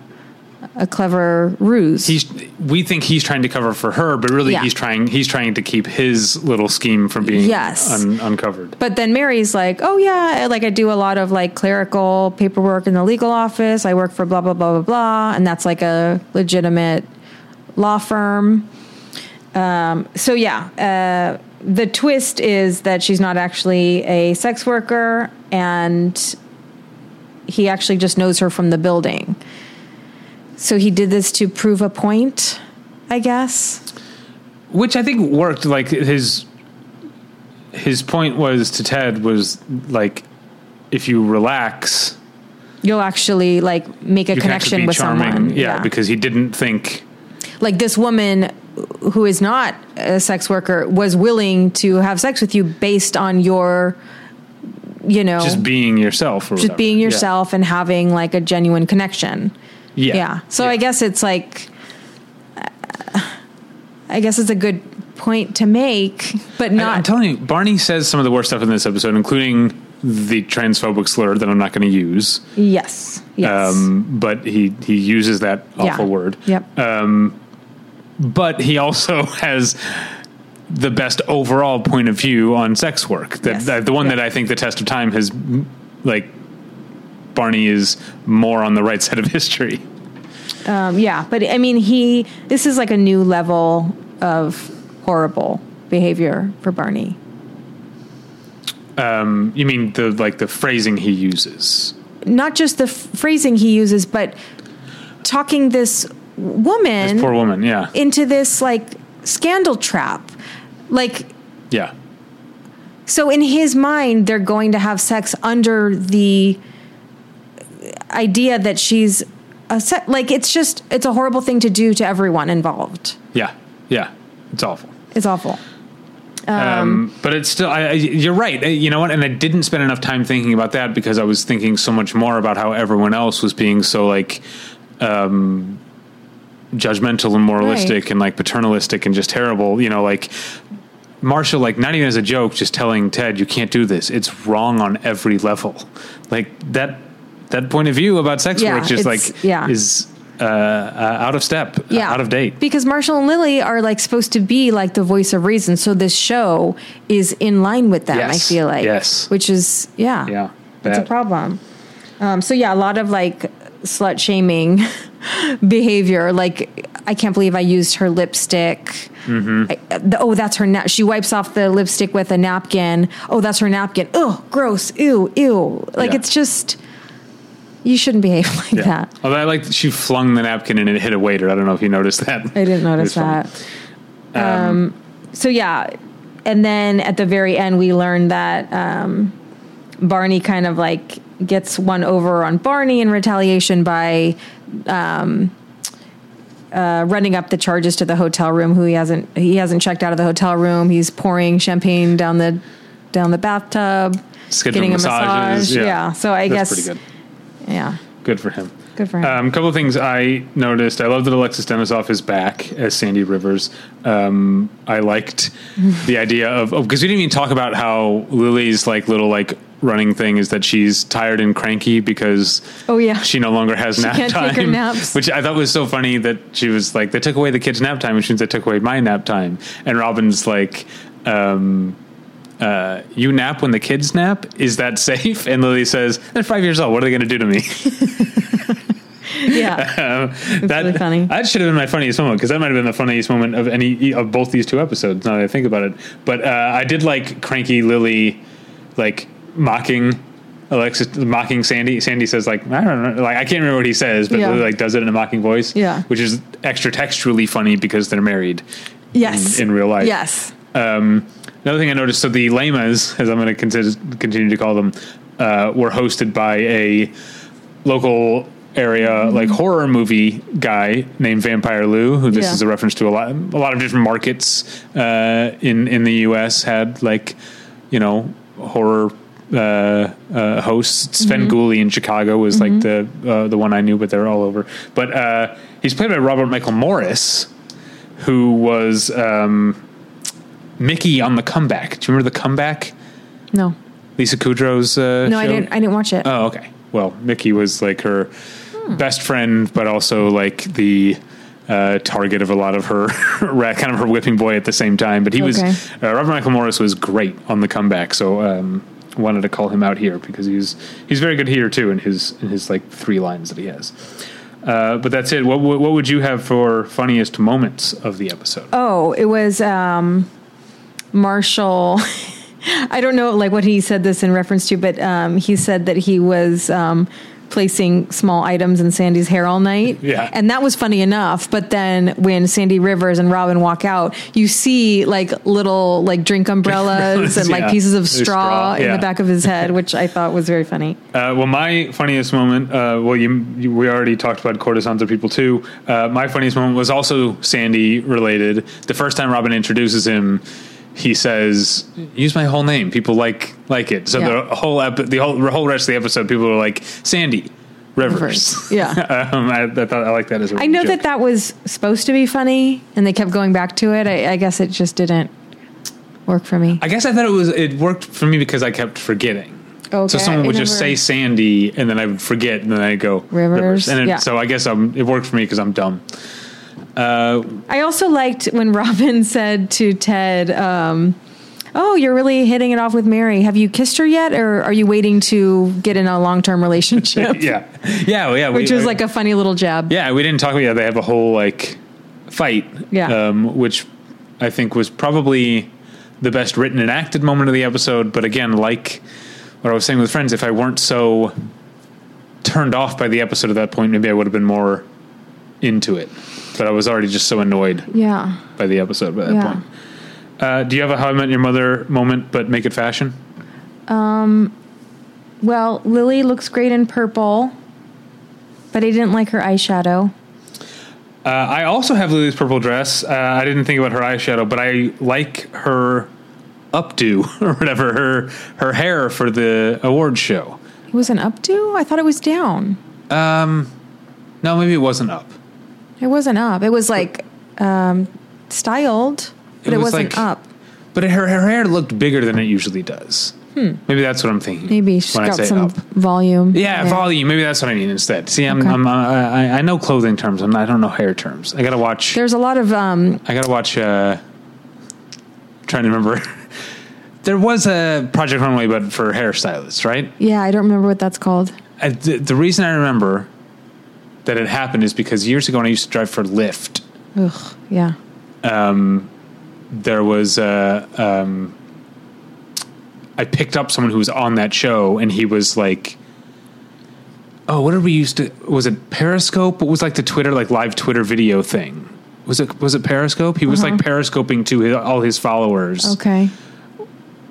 Speaker 2: a clever ruse."
Speaker 1: He's, we think he's trying to cover for her, but really
Speaker 2: Yeah.
Speaker 1: he's trying he's trying to keep his little scheme from being
Speaker 2: Yes.
Speaker 1: un, uncovered.
Speaker 2: but then Mary's like, "Oh yeah, like I do a lot of like clerical paperwork in the legal office. I work for blah blah blah blah blah, and that's like a legitimate law firm." Um, so yeah, uh, the twist is that she's not actually a sex worker, and he actually just knows her from the building. So he did this to prove a point, I guess.
Speaker 1: Which I think worked. Like his his point was to Ted was like, if you relax,
Speaker 2: You'll actually like make a
Speaker 1: you can actually
Speaker 2: connection
Speaker 1: be
Speaker 2: with
Speaker 1: charming.
Speaker 2: someone.
Speaker 1: Yeah, because he didn't think.
Speaker 2: like this woman who is not a sex worker was willing to have sex with you based on your you know,
Speaker 1: just
Speaker 2: Oh. just,
Speaker 1: being yourself or whatever.
Speaker 2: being
Speaker 1: Yeah.
Speaker 2: yourself and having like a genuine connection.
Speaker 1: Yeah.
Speaker 2: Yeah. So I guess it's like, I guess it's a good point to make, but
Speaker 1: I- I'm
Speaker 2: not.
Speaker 1: telling you, Barney says some of the worst stuff in this episode, including the transphobic slur that I'm not going to use.
Speaker 2: yes. Yes.
Speaker 1: Um, but he he uses that awful word. Uh,
Speaker 2: Yep.
Speaker 1: But he also *laughs* has the best overall point of view on sex work. That,
Speaker 2: Yes.
Speaker 1: that- the one
Speaker 2: Yeah.
Speaker 1: that I think the test of time has mm, like Barney is more on the right *laughs* side of history.
Speaker 2: Um, yeah, but I mean, he. This is like a new level of horrible behavior for Barney.
Speaker 1: You mean the like the phrasing he uses?
Speaker 2: Not just the f- phrasing he uses, but talking this woman
Speaker 1: Poor woman. Yeah.
Speaker 2: into this like scandal trap. Like,
Speaker 1: yeah.
Speaker 2: so in his mind, they're going to have sex under the idea that she's a se- like. It's just it's a horrible thing to do to everyone involved.
Speaker 1: Yeah. Yeah. It's awful.
Speaker 2: It's awful.
Speaker 1: um, but it's still I, I, you're right Uh, you know what and i didn't spend enough time thinking about that because i was thinking so much more about how everyone else was being so like um, judgmental and moralistic
Speaker 2: Right.
Speaker 1: and like paternalistic and just terrible you know like Marshall, like not even as a joke, just telling Ted, "You can't do this. It's wrong on every level." Like that, that point of view about sex
Speaker 2: Yeah,
Speaker 1: work just
Speaker 2: it's-
Speaker 1: like
Speaker 2: yeah.
Speaker 1: is uh, uh, out of step,
Speaker 2: yeah.
Speaker 1: out of date.
Speaker 2: Because Marshall and Lily are like supposed to be like the voice of reason. So this show is in line with them, I
Speaker 1: Yes.
Speaker 2: feel like.
Speaker 1: Yes.
Speaker 2: Which is, yeah.
Speaker 1: Yeah,
Speaker 2: It's a
Speaker 1: bad.
Speaker 2: problem. Um, so yeah, a lot of like slut shaming *laughs* behavior. Like, I can't believe I used her lipstick.
Speaker 1: Mm-hmm.
Speaker 2: I- the- oh, that's her. Na- she wipes off the lipstick with a napkin. Oh, that's her napkin. Oh, gross. Ew, ew. Like,
Speaker 1: Yeah.
Speaker 2: it's just, you shouldn't behave *laughs* like
Speaker 1: Yeah.
Speaker 2: that.
Speaker 1: Although I like that she flung the napkin and it hit a waiter. I don't know if you noticed that.
Speaker 2: I didn't notice
Speaker 1: It's funny.
Speaker 2: that. Um, so yeah, and then at the very end, we learned that um, Barney kind of like gets one over on Barney in retaliation by um, uh, running up the charges to the hotel room. Who he hasn't he hasn't checked out of the hotel room. He's pouring champagne down the down the bathtub,
Speaker 1: Scheduling massages, yeah.
Speaker 2: Yeah. so I
Speaker 1: That's
Speaker 2: guess
Speaker 1: pretty good.
Speaker 2: yeah,
Speaker 1: Good for him.
Speaker 2: good for him.
Speaker 1: Um, couple of things I noticed. I love that Alexis Denisoff is back as Sandy Rivers. Um, I
Speaker 2: *laughs*
Speaker 1: liked the idea of because we didn't even talk about how Lily's like little like running thing is that she's tired and cranky because
Speaker 2: Oh, yeah.
Speaker 1: she no longer has nap
Speaker 2: can't
Speaker 1: time,
Speaker 2: take her naps.
Speaker 1: which I thought was so funny that she was like they took away the kid's nap time, which means they took away my nap time, and Robin's like. Um, uh, you nap when the kids nap. Is that safe? And Lily says, "They're five years old. What are they going to do to me?"
Speaker 2: *laughs* yeah,
Speaker 1: *laughs* Um, that,
Speaker 2: really funny.
Speaker 1: That should have been my funniest moment because that might have been the funniest moment of any e, of both these two episodes. Now that I think about it, but uh, I did like cranky Lily, like mocking Alexis, mocking Sandy. Sandy says like I don't know, like I can't remember what he says, but
Speaker 2: Yeah.
Speaker 1: Lily like does it in a mocking voice.
Speaker 2: Yeah.
Speaker 1: which is extra textually funny because they're married.
Speaker 2: yes,
Speaker 1: in real life.
Speaker 2: yes,
Speaker 1: Um, another thing I noticed, so the lamas, as I'm going to consider, continue to call them, uh, were hosted by a local area like horror movie guy named Vampire Lou, who this
Speaker 2: Yeah.
Speaker 1: is a reference to a lot, a lot of different markets uh, in in the U.S. had like you know horror. Uh, uh, hosts Sven Gulli in Chicago was like the uh, the one I knew, but they're all over. But uh, he's played by Robert Michael Morris, who was um, Mickey on the comeback. Do you remember the comeback?
Speaker 2: no,
Speaker 1: Lisa Kudrow's. Uh,
Speaker 2: no, I
Speaker 1: show?
Speaker 2: didn't. I didn't watch it.
Speaker 1: Oh, okay. Well, Mickey was like her
Speaker 2: Hmm.
Speaker 1: best friend, but also like the uh, target of a lot of her *laughs* ra- kind of her whipping boy at the same time. But he
Speaker 2: Okay.
Speaker 1: was uh, Robert Michael Morris was great on the comeback, so um, wanted to call him out here because he's he's very good here too in his in his like three lines that he has. Uh, but that's it. What, what what would you have for funniest moments of the episode?
Speaker 2: Oh, it was um, Marshall. *laughs* I don't know like what he said this in reference to, but um, he said that he was um, placing small items in Sandy's hair all night.
Speaker 1: *laughs* Yeah.
Speaker 2: and that was funny enough. But then when Sandy Rivers and Robin walk out, you see like little like
Speaker 1: *laughs*
Speaker 2: drink umbrellas and like
Speaker 1: Yeah.
Speaker 2: pieces of
Speaker 1: There's straw,
Speaker 2: straw, in
Speaker 1: yeah.
Speaker 2: the back of his head, which I thought was
Speaker 1: *laughs*
Speaker 2: very funny.
Speaker 1: Uh, well, my funniest moment. Uh, well, you, you, we already talked about courtesans of people too. Uh, my funniest moment was also Sandy related. The first time Robin introduces him, he says, "Use my whole name. People like like it." So
Speaker 2: Yeah.
Speaker 1: the whole ep- the whole, the whole rest of the episode, people were like, "Sandy Rivers."
Speaker 2: Rivers. Yeah.
Speaker 1: *laughs* um, I, I thought I like that as a
Speaker 2: I know
Speaker 1: joke.
Speaker 2: that that was supposed to be funny, and they kept going back to it. I, I guess it just didn't work for me.
Speaker 1: I guess I thought it was it worked for me because I kept forgetting.
Speaker 2: Okay,
Speaker 1: So someone
Speaker 2: I
Speaker 1: would just
Speaker 2: never-
Speaker 1: say Sandy, and then I would forget, and then I go
Speaker 2: Rivers,
Speaker 1: And it,
Speaker 2: yeah.
Speaker 1: so I guess I'm, it worked for me because I'm dumb.
Speaker 2: I also liked when *laughs* Robin said to Ted, um, "Oh, you're really hitting it off with Mary. Have you kissed her yet, or are you waiting to get in a
Speaker 1: *laughs*
Speaker 2: long-term relationship?" *laughs*
Speaker 1: Yeah, yeah, well, yeah.
Speaker 2: Which was like a funny little jab.
Speaker 1: yeah, we didn't talk about. Yeah, they have a whole like fight.
Speaker 2: Yeah.
Speaker 1: um, which I think was probably the best written and acted moment of the episode. But again, like what I was saying with friends, if I weren't so turned off by the episode at that point, maybe I would have been more into it. But I was already just so annoyed
Speaker 2: Yeah.
Speaker 1: by the episode by that
Speaker 2: Yeah.
Speaker 1: point. Uh, do you have a how I met your mother moment, but make it fashion?
Speaker 2: Well, Lily looks great in purple, but I didn't like her eyeshadow.
Speaker 1: Uh, I also have Lily's purple dress. Uh, I didn't think about her eyeshadow, but I like her updo *laughs* or whatever her her hair for the award show.
Speaker 2: It was an updo. I thought it was down.
Speaker 1: No, maybe it wasn't up.
Speaker 2: It wasn't up. It was like um, styled, but
Speaker 1: It
Speaker 2: it,
Speaker 1: was
Speaker 2: was not
Speaker 1: like-
Speaker 2: up.
Speaker 1: But her her hair looked bigger than it usually does. Maybe that's what I'm thinking.
Speaker 2: Hmm. Maybe she's
Speaker 1: when I
Speaker 2: got
Speaker 1: say
Speaker 2: some
Speaker 1: up.
Speaker 2: volume.
Speaker 1: Yeah,
Speaker 2: there.
Speaker 1: volume. Maybe that's what I mean instead. See, I'm,
Speaker 2: Okay.
Speaker 1: I'm uh, I, I know clothing terms. I'm not, I don't know hair terms. I gotta watch.
Speaker 2: There's a lot of um,
Speaker 1: I gotta watch. Uh, trying to remember. *laughs* there was a Project Runway, but for hairstylists, right?
Speaker 2: yeah. I don't remember what that's called.
Speaker 1: I, the, the reason I remember that it happened is because years ago when I used to drive for Lyft,
Speaker 2: Ugh. Yeah.
Speaker 1: there was a. Um, I picked up someone who was on that show, and he was like, "Oh, what did we used to? Was it Periscope? What was like the Twitter, like live Twitter video thing? Was it was it Periscope? He was like Periscoping to his, all his followers,
Speaker 2: Okay.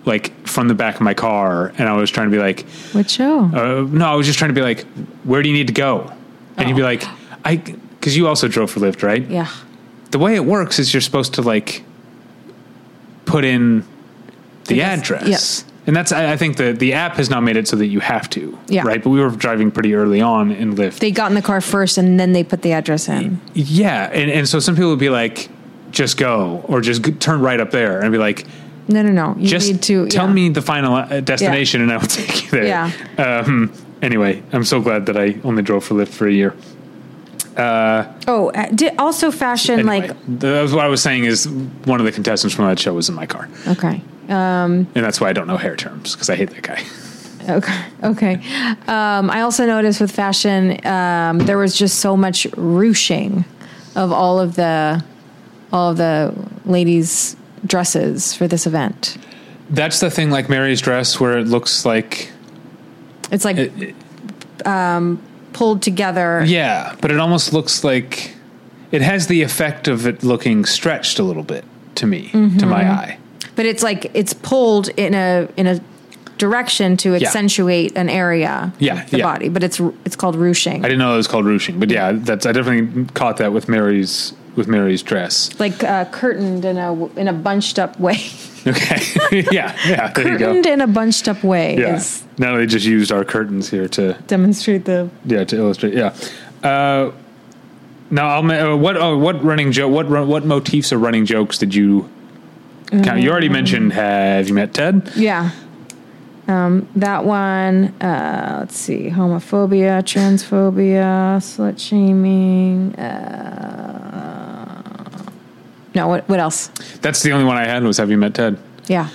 Speaker 1: like from the back of my car, and I was trying to be like,
Speaker 2: What show?
Speaker 1: uh, no, I was just trying to be like, where do you need to go? And he'd be like, I, because you also drove for Lyft, right?
Speaker 2: Oh. yeah.
Speaker 1: The way it works is you're supposed to like put in the
Speaker 2: Yes.
Speaker 1: address.
Speaker 2: Yes.
Speaker 1: And that's, I, I think the, the app has now made it so that you have to.
Speaker 2: Yeah.
Speaker 1: Right. But we were driving pretty early on in Lyft.
Speaker 2: They got in the car first, and then they put the address in.
Speaker 1: yeah. And, and so some people would be like, just go or just g- turn right up there and be like,
Speaker 2: No, no, no. You
Speaker 1: just
Speaker 2: need to
Speaker 1: tell
Speaker 2: yeah.
Speaker 1: me the final uh, destination and I will *laughs* take you there.
Speaker 2: Yeah.
Speaker 1: Um, anyway, I'm so glad that I only drove for Lyft for a year.
Speaker 2: Oh, uh, did also fashion
Speaker 1: Anyway,
Speaker 2: like
Speaker 1: that was what I was saying is one of the contestants from that show was in my car,
Speaker 2: okay.
Speaker 1: and that's why I don't know hair terms because I hate that guy.
Speaker 2: Okay. Okay. Um, I also noticed with fashion, um, there was just so much ruching of all of the all of the ladies' dresses for this event.
Speaker 1: *laughs* That's the thing, like Mary's dress, where it looks like
Speaker 2: It's like um, pulled together.
Speaker 1: yeah, but it almost looks like it has the effect of it looking stretched a little bit to me, to my
Speaker 2: Mm-hmm.
Speaker 1: eye.
Speaker 2: but it's like it's pulled in a in a direction to accentuate an area
Speaker 1: Yeah,
Speaker 2: of the
Speaker 1: yeah.
Speaker 2: body but it's it's called ruching
Speaker 1: I didn't know it was called ruching, but yeah, that's I definitely caught that with Mary's with Mary's dress. *laughs*
Speaker 2: like uh, curtained in a in a bunched up way
Speaker 1: Okay, yeah, yeah, *laughs* there you go.
Speaker 2: curtained in a bunched up way
Speaker 1: Yeah,
Speaker 2: is
Speaker 1: now they just used our curtains here to
Speaker 2: demonstrate the
Speaker 1: yeah to illustrate yeah uh now i'll ma- uh, what uh, what running joke what run- what motifs or running jokes did you count you already mentioned have you met ted
Speaker 2: yeah um, that one uh, let's see homophobia transphobia slut shaming uh, no what, what else
Speaker 1: that's the only one i had was have you met ted
Speaker 2: yeah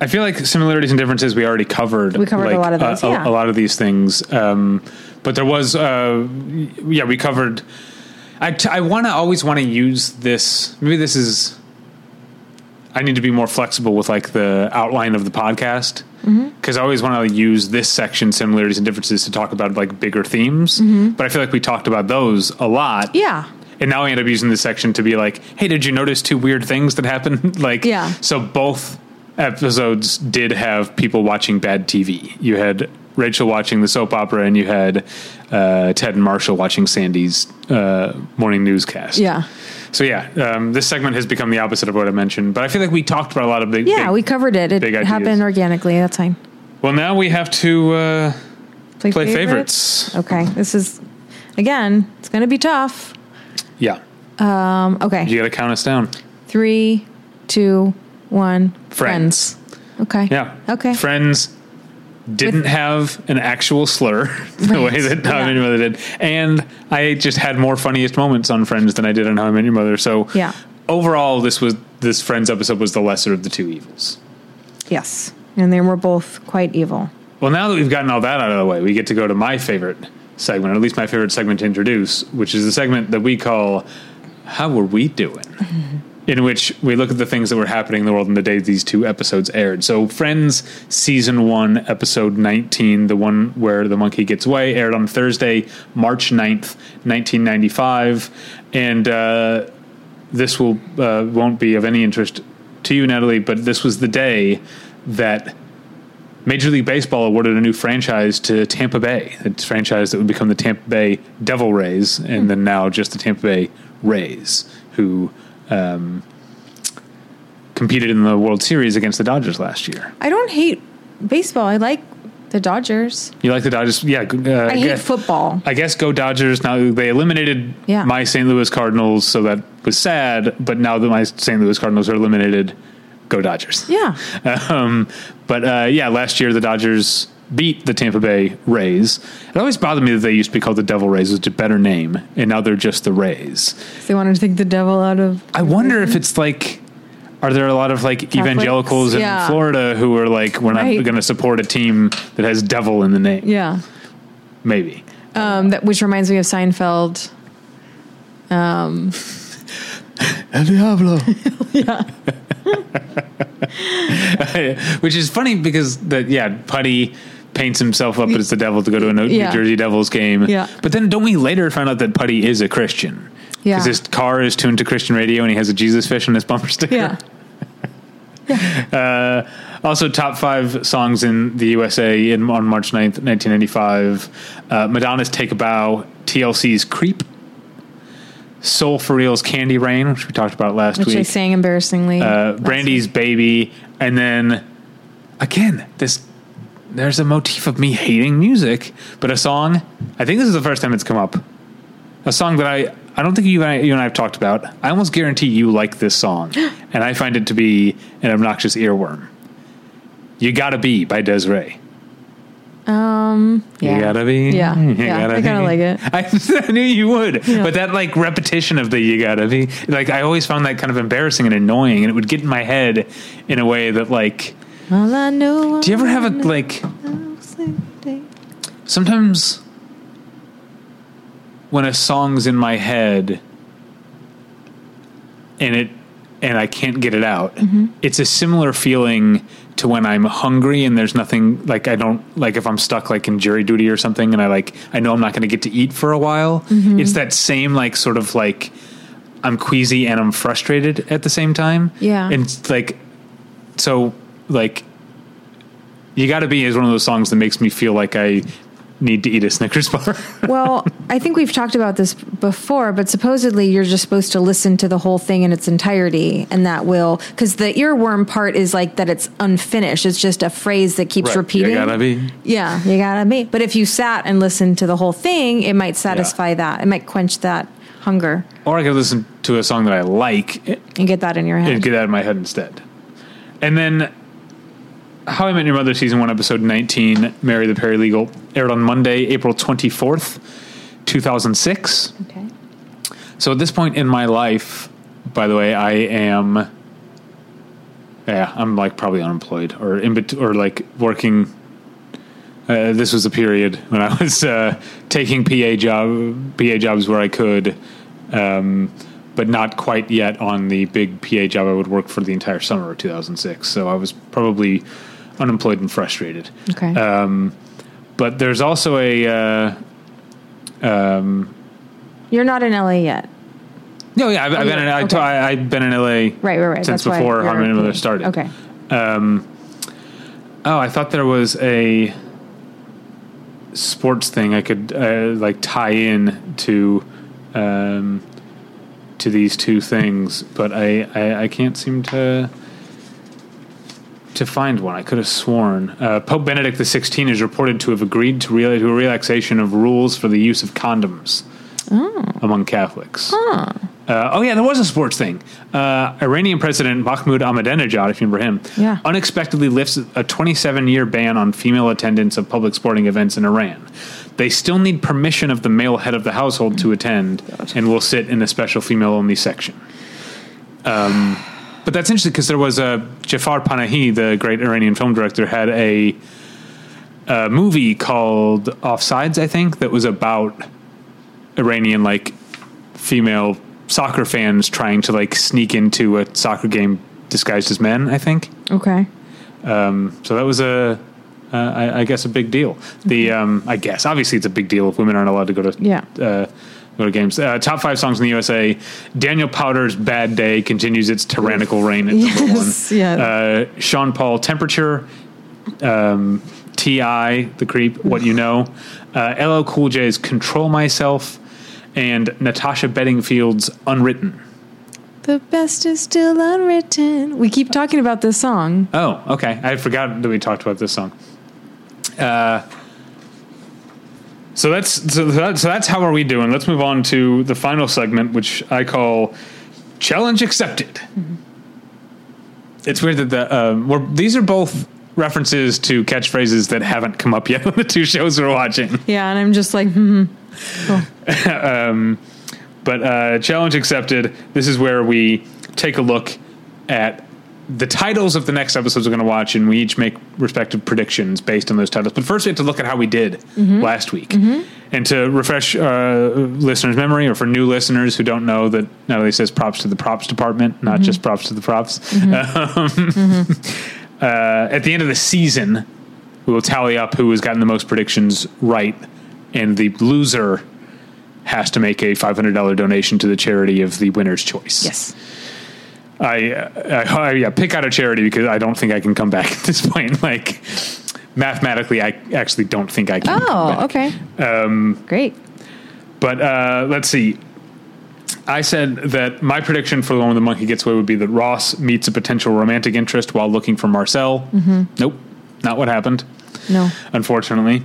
Speaker 1: i feel like similarities and differences we already covered
Speaker 2: We covered a
Speaker 1: like, uh,
Speaker 2: lot of those,
Speaker 1: a,
Speaker 2: yeah.
Speaker 1: a lot of these things um but there was uh y- yeah we covered i t- i want to always want to use this maybe this is I need to be more flexible with like the outline of the podcast
Speaker 2: Mm-hmm.
Speaker 1: because I always want to use this section similarities and differences to talk about like bigger themes.
Speaker 2: Mm-hmm.
Speaker 1: But I feel like we talked about those a lot.
Speaker 2: Yeah.
Speaker 1: And now I end up using this section to be like, hey, did you notice two weird things that happened? *laughs* like,
Speaker 2: Yeah.
Speaker 1: So both episodes did have people watching bad TV. You had Rachel watching the soap opera, and you had uh, Ted and Marshall watching Sandy's uh, morning newscast.
Speaker 2: yeah
Speaker 1: So yeah, um, this segment has become the opposite of what I mentioned, but I feel like we talked about a lot of big.
Speaker 2: Yeah,
Speaker 1: big-
Speaker 2: we covered it. It
Speaker 1: big ideas.
Speaker 2: happened organically. That's fine.
Speaker 1: Well, now we have to uh, play favorites.
Speaker 2: Okay, this is again. It's going to be tough.
Speaker 1: Yeah,
Speaker 2: Um, okay,
Speaker 1: you got to count us down.
Speaker 2: three, two, one.
Speaker 1: Friends.
Speaker 2: Okay.
Speaker 1: Yeah.
Speaker 2: Okay.
Speaker 1: Friends didn't have an actual slur *laughs* the
Speaker 2: Right.
Speaker 1: way that How I Met
Speaker 2: Yeah.
Speaker 1: Your Mother did, and I just had more funniest moments on Friends than I did on How I Met Your Mother. So
Speaker 2: Yeah.
Speaker 1: overall, this was this Friends episode was the lesser of the two evils.
Speaker 2: yes, and they were both quite evil.
Speaker 1: Well, now that we've gotten all that out of the way, we get to go to my favorite segment, or at least my favorite segment to introduce, which is the segment that we call "How Were We Doing." in which we look at the things that were happening in the world in the day these two episodes aired. So, Friends season one, episode 19, the one where the monkey gets away, aired on Thursday, March 9th, 1995. And uh, this will uh, won't be of any interest to you, Natalie, but this was the day that. Major League Baseball awarded a new franchise to Tampa Bay, a franchise that would become the Tampa Bay Devil Rays,
Speaker 2: Hmm.
Speaker 1: and then now just the Tampa Bay Rays, who um, competed in the World Series against the Dodgers last year.
Speaker 2: I don't hate baseball. I like the Dodgers.
Speaker 1: You like the Dodgers? Yeah. g- Uh,
Speaker 2: I hate football.
Speaker 1: I guess go Dodgers. Now they eliminated
Speaker 2: Yeah.
Speaker 1: my St. Louis Cardinals, so that was sad. But now that my St. Louis Cardinals are eliminated, go Dodgers.
Speaker 2: Yeah.
Speaker 1: *laughs* Um, but uh, yeah, last year the Dodgers beat the Tampa Bay Rays. It always bothered me that they used to be called the Devil Rays, which is a better name, and now they're just the Rays.
Speaker 2: They wanted to take the devil out of.
Speaker 1: I wonder if it's like, are there a lot of like evangelicals in
Speaker 2: Yeah.
Speaker 1: Florida who are like, we're not
Speaker 2: Right.
Speaker 1: going to support a team that has devil in the name?
Speaker 2: Yeah.
Speaker 1: Maybe.
Speaker 2: Um, that which reminds me of Seinfeld.
Speaker 1: El
Speaker 2: *laughs*
Speaker 1: Diablo. *laughs* Which is funny because that yeah, Putty paints himself up as the devil to go to a New
Speaker 2: Yeah.
Speaker 1: New Jersey Devils game.
Speaker 2: Yeah.
Speaker 1: But then don't we later find out that Putty is a Christian?
Speaker 2: Yeah.
Speaker 1: Because his car is tuned to Christian radio and he has a Jesus fish on his bumper sticker. *laughs*
Speaker 2: Yeah.
Speaker 1: Also, top five songs in the USA in, on March 9th, 1995. Uh, Madonna's Take a Bow, TLC's Creep, Soul for Real's Candy Rain, which we talked about last
Speaker 2: *laughs* Which
Speaker 1: week.
Speaker 2: I sang embarrassingly.
Speaker 1: uh,
Speaker 2: last
Speaker 1: Brandy's baby, and then again this. There's a motif of me hating music, but a song. I think this is the first time it's come up. A song that I I don't think you and I, you and I have talked about. I almost guarantee you like this song, and I find it to be an obnoxious earworm. You gotta be by Desiree.
Speaker 2: week. Yeah.
Speaker 1: You gotta be.
Speaker 2: Yeah.
Speaker 1: *laughs* You
Speaker 2: Yeah. I
Speaker 1: gotta
Speaker 2: kind of
Speaker 1: be.
Speaker 2: like
Speaker 1: *laughs*
Speaker 2: it.
Speaker 1: I, I knew you would, but that like repetition of the "you gotta be" like I always found that kind of embarrassing and annoying, and it would get in my head in a way that like.
Speaker 2: All I know.
Speaker 1: Do you ever have a like?
Speaker 2: It's
Speaker 1: Sometimes when a song's in my head and it and I can't get it out,
Speaker 2: Mm-hmm.
Speaker 1: it's a similar feeling to when I'm hungry and there's nothing like I don't like if I'm stuck like in jury duty or something and I like I know I'm not going to get to eat for a while.
Speaker 2: Mm-hmm.
Speaker 1: It's that same like sort of like I'm queasy and I'm frustrated at the same time.
Speaker 2: Yeah.
Speaker 1: and it's like so like you got to be is one of those songs that makes me feel like I need to eat a Snickers bar.
Speaker 2: well, I think we've talked about this before, but supposedly you're just supposed to listen to the whole thing in its entirety, and that will because the earworm part is like that it's unfinished. It's just a phrase that keeps repeating.
Speaker 1: You gotta be.
Speaker 2: Yeah, you gotta be. But if you sat and listened to the whole thing, it might satisfy that. It might quench that hunger
Speaker 1: Or I could listen to a song that I like and
Speaker 2: and get that in your head.
Speaker 1: get that out of my head instead. And then How I Met Your Mother season one, episode nineteen, Mary the Paralegal, aired on Monday, April twenty fourth, two thousand six.
Speaker 2: okay.
Speaker 1: So at this point in my life, by the way, I am. Yeah, I'm like probably unemployed or in bet- or like working. Uh, this was a period when I *laughs* was uh, taking PA job PA jobs where I could, um, but not quite yet on the big PA job I would work for the entire summer of 2006. So I was probably unemployed and frustrated
Speaker 2: Okay.
Speaker 1: Uh, but there's also a uh,
Speaker 2: you're not in LA yet.
Speaker 1: no yeah I've, I've been in, I,
Speaker 2: Okay.
Speaker 1: I, have been in LA
Speaker 2: Right, right, right.
Speaker 1: since
Speaker 2: That's why
Speaker 1: before How I
Speaker 2: you're-
Speaker 1: Met Your Mother started
Speaker 2: Okay.
Speaker 1: Oh, I thought there was a sports thing I could uh, like tie in to um, to these two things, but I, I, I can't seem to to find one. I could have sworn uh, Pope Benedict XVI is reported to have agreed to, rela- to a relaxation of rules for the use of condoms among Catholics. Uh, oh yeah, there was a sports thing. Uh, Iranian President Mahmoud Ahmadinejad, if you remember him,
Speaker 2: Yeah.
Speaker 1: unexpectedly lifts a 27-year ban on female attendance of public sporting events in Iran. They still need permission of the male head of the household to attend, and will sit in a special female-only section. Um, but that's interesting because there was a Jafar Panahi, the great Iranian film director, had a, a movie called Offsides, I think, that was about Iranian like female soccer fans trying to like sneak into a soccer game disguised as men. I think
Speaker 2: Okay.
Speaker 1: so. That was a, uh, I, I guess, a big deal. The um, I guess obviously it's a big deal if women aren't allowed to go to
Speaker 2: Mm-hmm. Yeah.
Speaker 1: uh, go to games. Uh, top five songs in the USA. Daniel Powder's "Bad Day" continues its tyrannical reign at number one.
Speaker 2: Yes, yeah.
Speaker 1: Uh, Sean Paul "Temperature." Um, Ti the creep, what you know, uh, LL Cool J's "Control Myself," and Natasha Bedingfield's "Unwritten."
Speaker 2: The best is still unwritten. We keep talking about this song.
Speaker 1: Oh, okay. I forgot that we talked about this song. Uh, so that's so, that, so that's how are we doing? Let's move on to the final segment, which I call challenge accepted. It's weird that the um, we're, these are both references to catchphrases that haven't come up yet *laughs* on the two shows we're watching.
Speaker 2: Yeah, and I'm just like, hmm.
Speaker 1: But uh, challenge accepted. This is where we take a look at the titles of the next episodes we're going to watch, and we each make respective predictions based on those titles. But first, we have to look at how we did last week. And to refresh uh, listeners' memory, or for new listeners who don't know that Natalie says props to the props department, not just props to the props. Um, *laughs* uh, at the end of the season, we will tally up who has gotten the most predictions right, and the loser has to make a $500 donation to the charity of the winner's choice.
Speaker 2: yes.
Speaker 1: I, I, I yeah, pick out a charity because I don't think I can come back *laughs* at this point. Like mathematically, I actually don't think I can. come back.
Speaker 2: Oh, okay. Um, Great.
Speaker 1: But uh, let's see. I said that my prediction for the one where the monkey gets away would be that Ross meets a potential romantic interest while looking for Marcel.
Speaker 2: Mm-hmm.
Speaker 1: Nope, not what happened.
Speaker 2: No.
Speaker 1: unfortunately.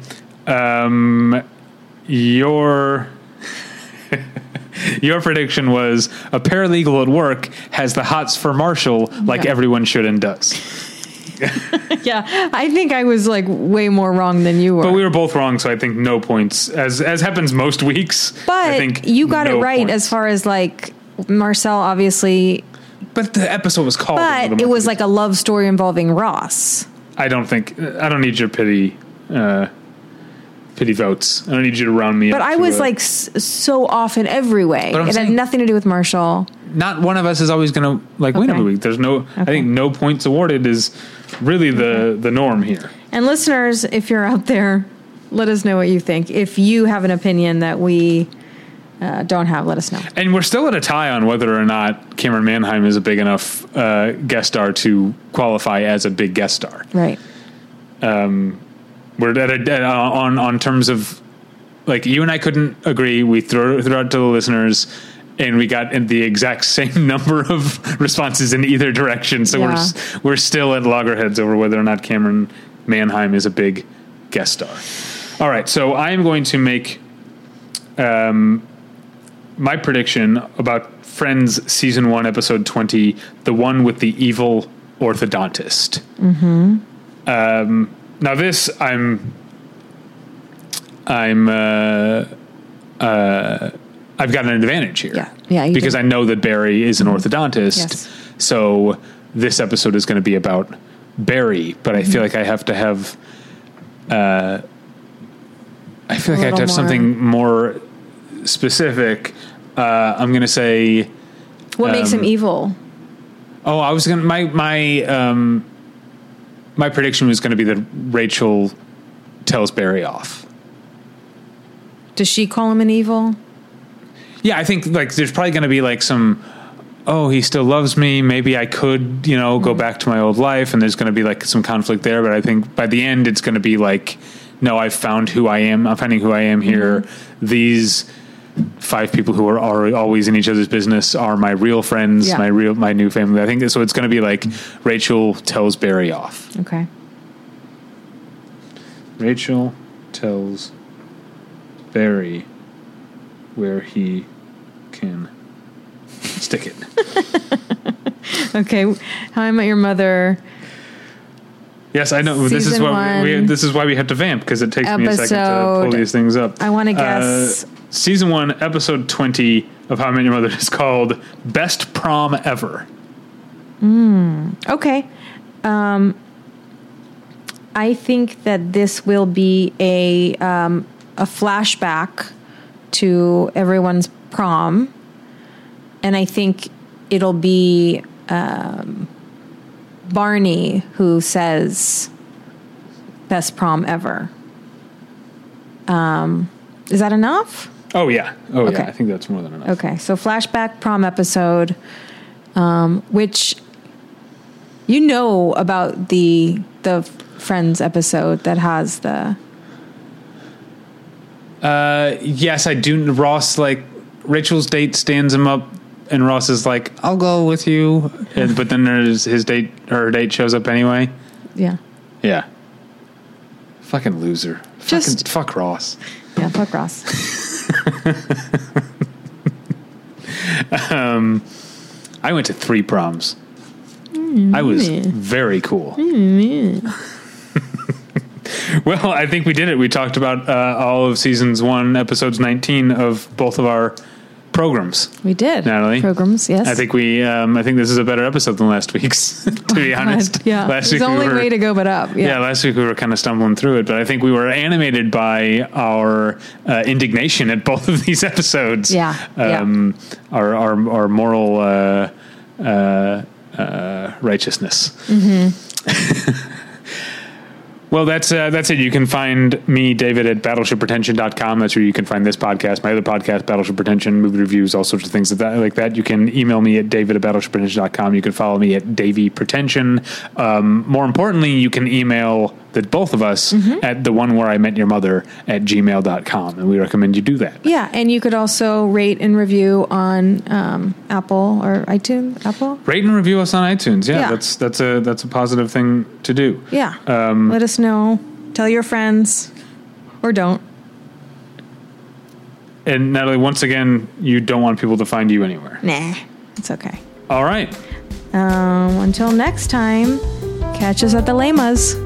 Speaker 1: Um, your *laughs* your prediction was a paralegal at work has the hots for Marshall like
Speaker 2: Yeah.
Speaker 1: everyone should and does.
Speaker 2: yeah, I think I was like way more wrong than you were.
Speaker 1: But
Speaker 2: But,
Speaker 1: we were both wrong, so I think no points. As as happens most weeks, I think
Speaker 2: you got it
Speaker 1: no
Speaker 2: right
Speaker 1: points.
Speaker 2: as far as like Marcel, obviously.
Speaker 1: But the episode was called.
Speaker 2: But it was like a love story involving Ross.
Speaker 1: I don't think I don't need your pity. Uh, pity votes. I don't need you to round me
Speaker 2: But
Speaker 1: up.
Speaker 2: I
Speaker 1: to
Speaker 2: was
Speaker 1: a-
Speaker 2: like s- so off in every way.
Speaker 1: But I'm
Speaker 2: It had
Speaker 1: saying-
Speaker 2: nothing to do with Marshall.
Speaker 1: not one of us is always going to like win
Speaker 2: Okay.
Speaker 1: every week. There's no, I
Speaker 2: Okay.
Speaker 1: think no points awarded is really the the norm here.
Speaker 2: And listeners, if you're out there, let us know what you think. If you have an opinion that we uh, don't have, let us know.
Speaker 1: And we're still at a tie on whether or not Cameron Manheim is a big enough uh, guest star to qualify as a big guest star.
Speaker 2: Right.
Speaker 1: We're at a, at a- on on terms of like you and I couldn't agree. We threw threw out to the listeners. And we got in the exact *laughs* same number of responses in either direction, so we're
Speaker 2: Yeah.
Speaker 1: s- we're still at loggerheads over whether or not Cameron Manheim is a big guest star. All right, so I am going to make um, my prediction about Friends season one, episode twenty, the one with the evil orthodontist. Mm-hmm. Um, now this, I'm, I'm, uh, uh, I've got an advantage here.
Speaker 2: Yeah. Yeah, you
Speaker 1: because
Speaker 2: do.
Speaker 1: I know that Barry is an orthodontist,
Speaker 2: Yes.
Speaker 1: so this episode is going to be about Barry. But
Speaker 2: Mm-hmm.
Speaker 1: I feel like I have to have. uh, I feel like I have to have
Speaker 2: little more-
Speaker 1: something more specific. Uh, I'm going to say,
Speaker 2: What makes
Speaker 1: Um,
Speaker 2: him evil?
Speaker 1: oh, I was going to, my, my, um, my prediction was going to be that Rachel tells Barry off.
Speaker 2: Does she call him an evil?
Speaker 1: Yeah, I think like there's probably going to be like some, oh, he still loves me. Maybe I could, you know, go back to my old life. And there's going to be like some conflict there. But I think by the end, it's going to be like, no, I've found who I am. I'm finding who I am here. These five people who are, are always in each other's business are my real friends,
Speaker 2: Yeah.
Speaker 1: my real my new family. I think so. It's going to be like Rachel tells Barry off.
Speaker 2: Okay.
Speaker 1: Rachel tells Barry where he can stick
Speaker 2: *laughs*
Speaker 1: it.
Speaker 2: Okay. How I Met Your Mother
Speaker 1: Yes, I know. this is
Speaker 2: Season
Speaker 1: why we,
Speaker 2: one.
Speaker 1: this is why we have to vamp because it takes me a second to pull
Speaker 2: Episode-
Speaker 1: these things up.
Speaker 2: I wanna guess-
Speaker 1: Uh, season one, episode twenty of How I Met Your Mother is called "Best Prom Ever."
Speaker 2: Okay. Um, I think that this will be a um, a flashback to everyone's prom, and I think it'll be um, Barney who says "best prom ever." Um, is that enough?
Speaker 1: Oh yeah, oh
Speaker 2: Okay.
Speaker 1: yeah. I think that's more than enough.
Speaker 2: Okay, so flashback prom episode, um, which you know about the the Friends episode that has the
Speaker 1: Uh, yes, I do. Ross like Rachel's date stands him up, and Ross is like, "I'll go with you," and, but then there's his date. Her date shows up anyway.
Speaker 2: yeah
Speaker 1: Yeah. Fucking loser.
Speaker 2: Just-
Speaker 1: Fucking, fuck Ross.
Speaker 2: yeah fuck Ross.
Speaker 1: I went to three proms. I was very cool. *laughs* well, I think we did it. We talked about uh, all of seasons one, episodes 19 of both of our programs.
Speaker 2: We did
Speaker 1: Natalie?
Speaker 2: programs. Yes,
Speaker 1: I think we, um, I think this is a better episode than last week's. *laughs* to
Speaker 2: *laughs*
Speaker 1: be honest,
Speaker 2: yeah.
Speaker 1: last
Speaker 2: There's
Speaker 1: week
Speaker 2: only
Speaker 1: we were,
Speaker 2: way to go but up.
Speaker 1: yeah,
Speaker 2: Yeah,
Speaker 1: last week we were kind of stumbling through it, but I think we were animated by our uh, indignation at both of these *laughs* episodes.
Speaker 2: Yeah, yeah.
Speaker 1: um, our our our moral uh, uh, uh, righteousness. Mm-hmm. *laughs* Well, that's uh, that's it. You can find me, David, at battleshipretention.com. That's where you can find this podcast, my other podcast, Battleship Retention, movie reviews, all sorts of things like that. Like that. You can email me at david at battleshipretention.com. You can follow me at Davy Pretension. Um, more importantly, you can email the both of us at the one where I met your mother at gmail.com. And we recommend you do that.
Speaker 2: yeah. And you could also rate and review on um, Apple or iTunes. Apple.
Speaker 1: Rate and review us on iTunes. Yeah,
Speaker 2: Yeah.
Speaker 1: that's that's a that's a positive thing to do.
Speaker 2: Yeah.
Speaker 1: Um,
Speaker 2: Let us know. Tell your friends, or don't.
Speaker 1: And Natalie, once again, you don't want people to find you anywhere.
Speaker 2: Nah, it's okay.
Speaker 1: All right.
Speaker 2: Um, until next time, catch us at the Lamas.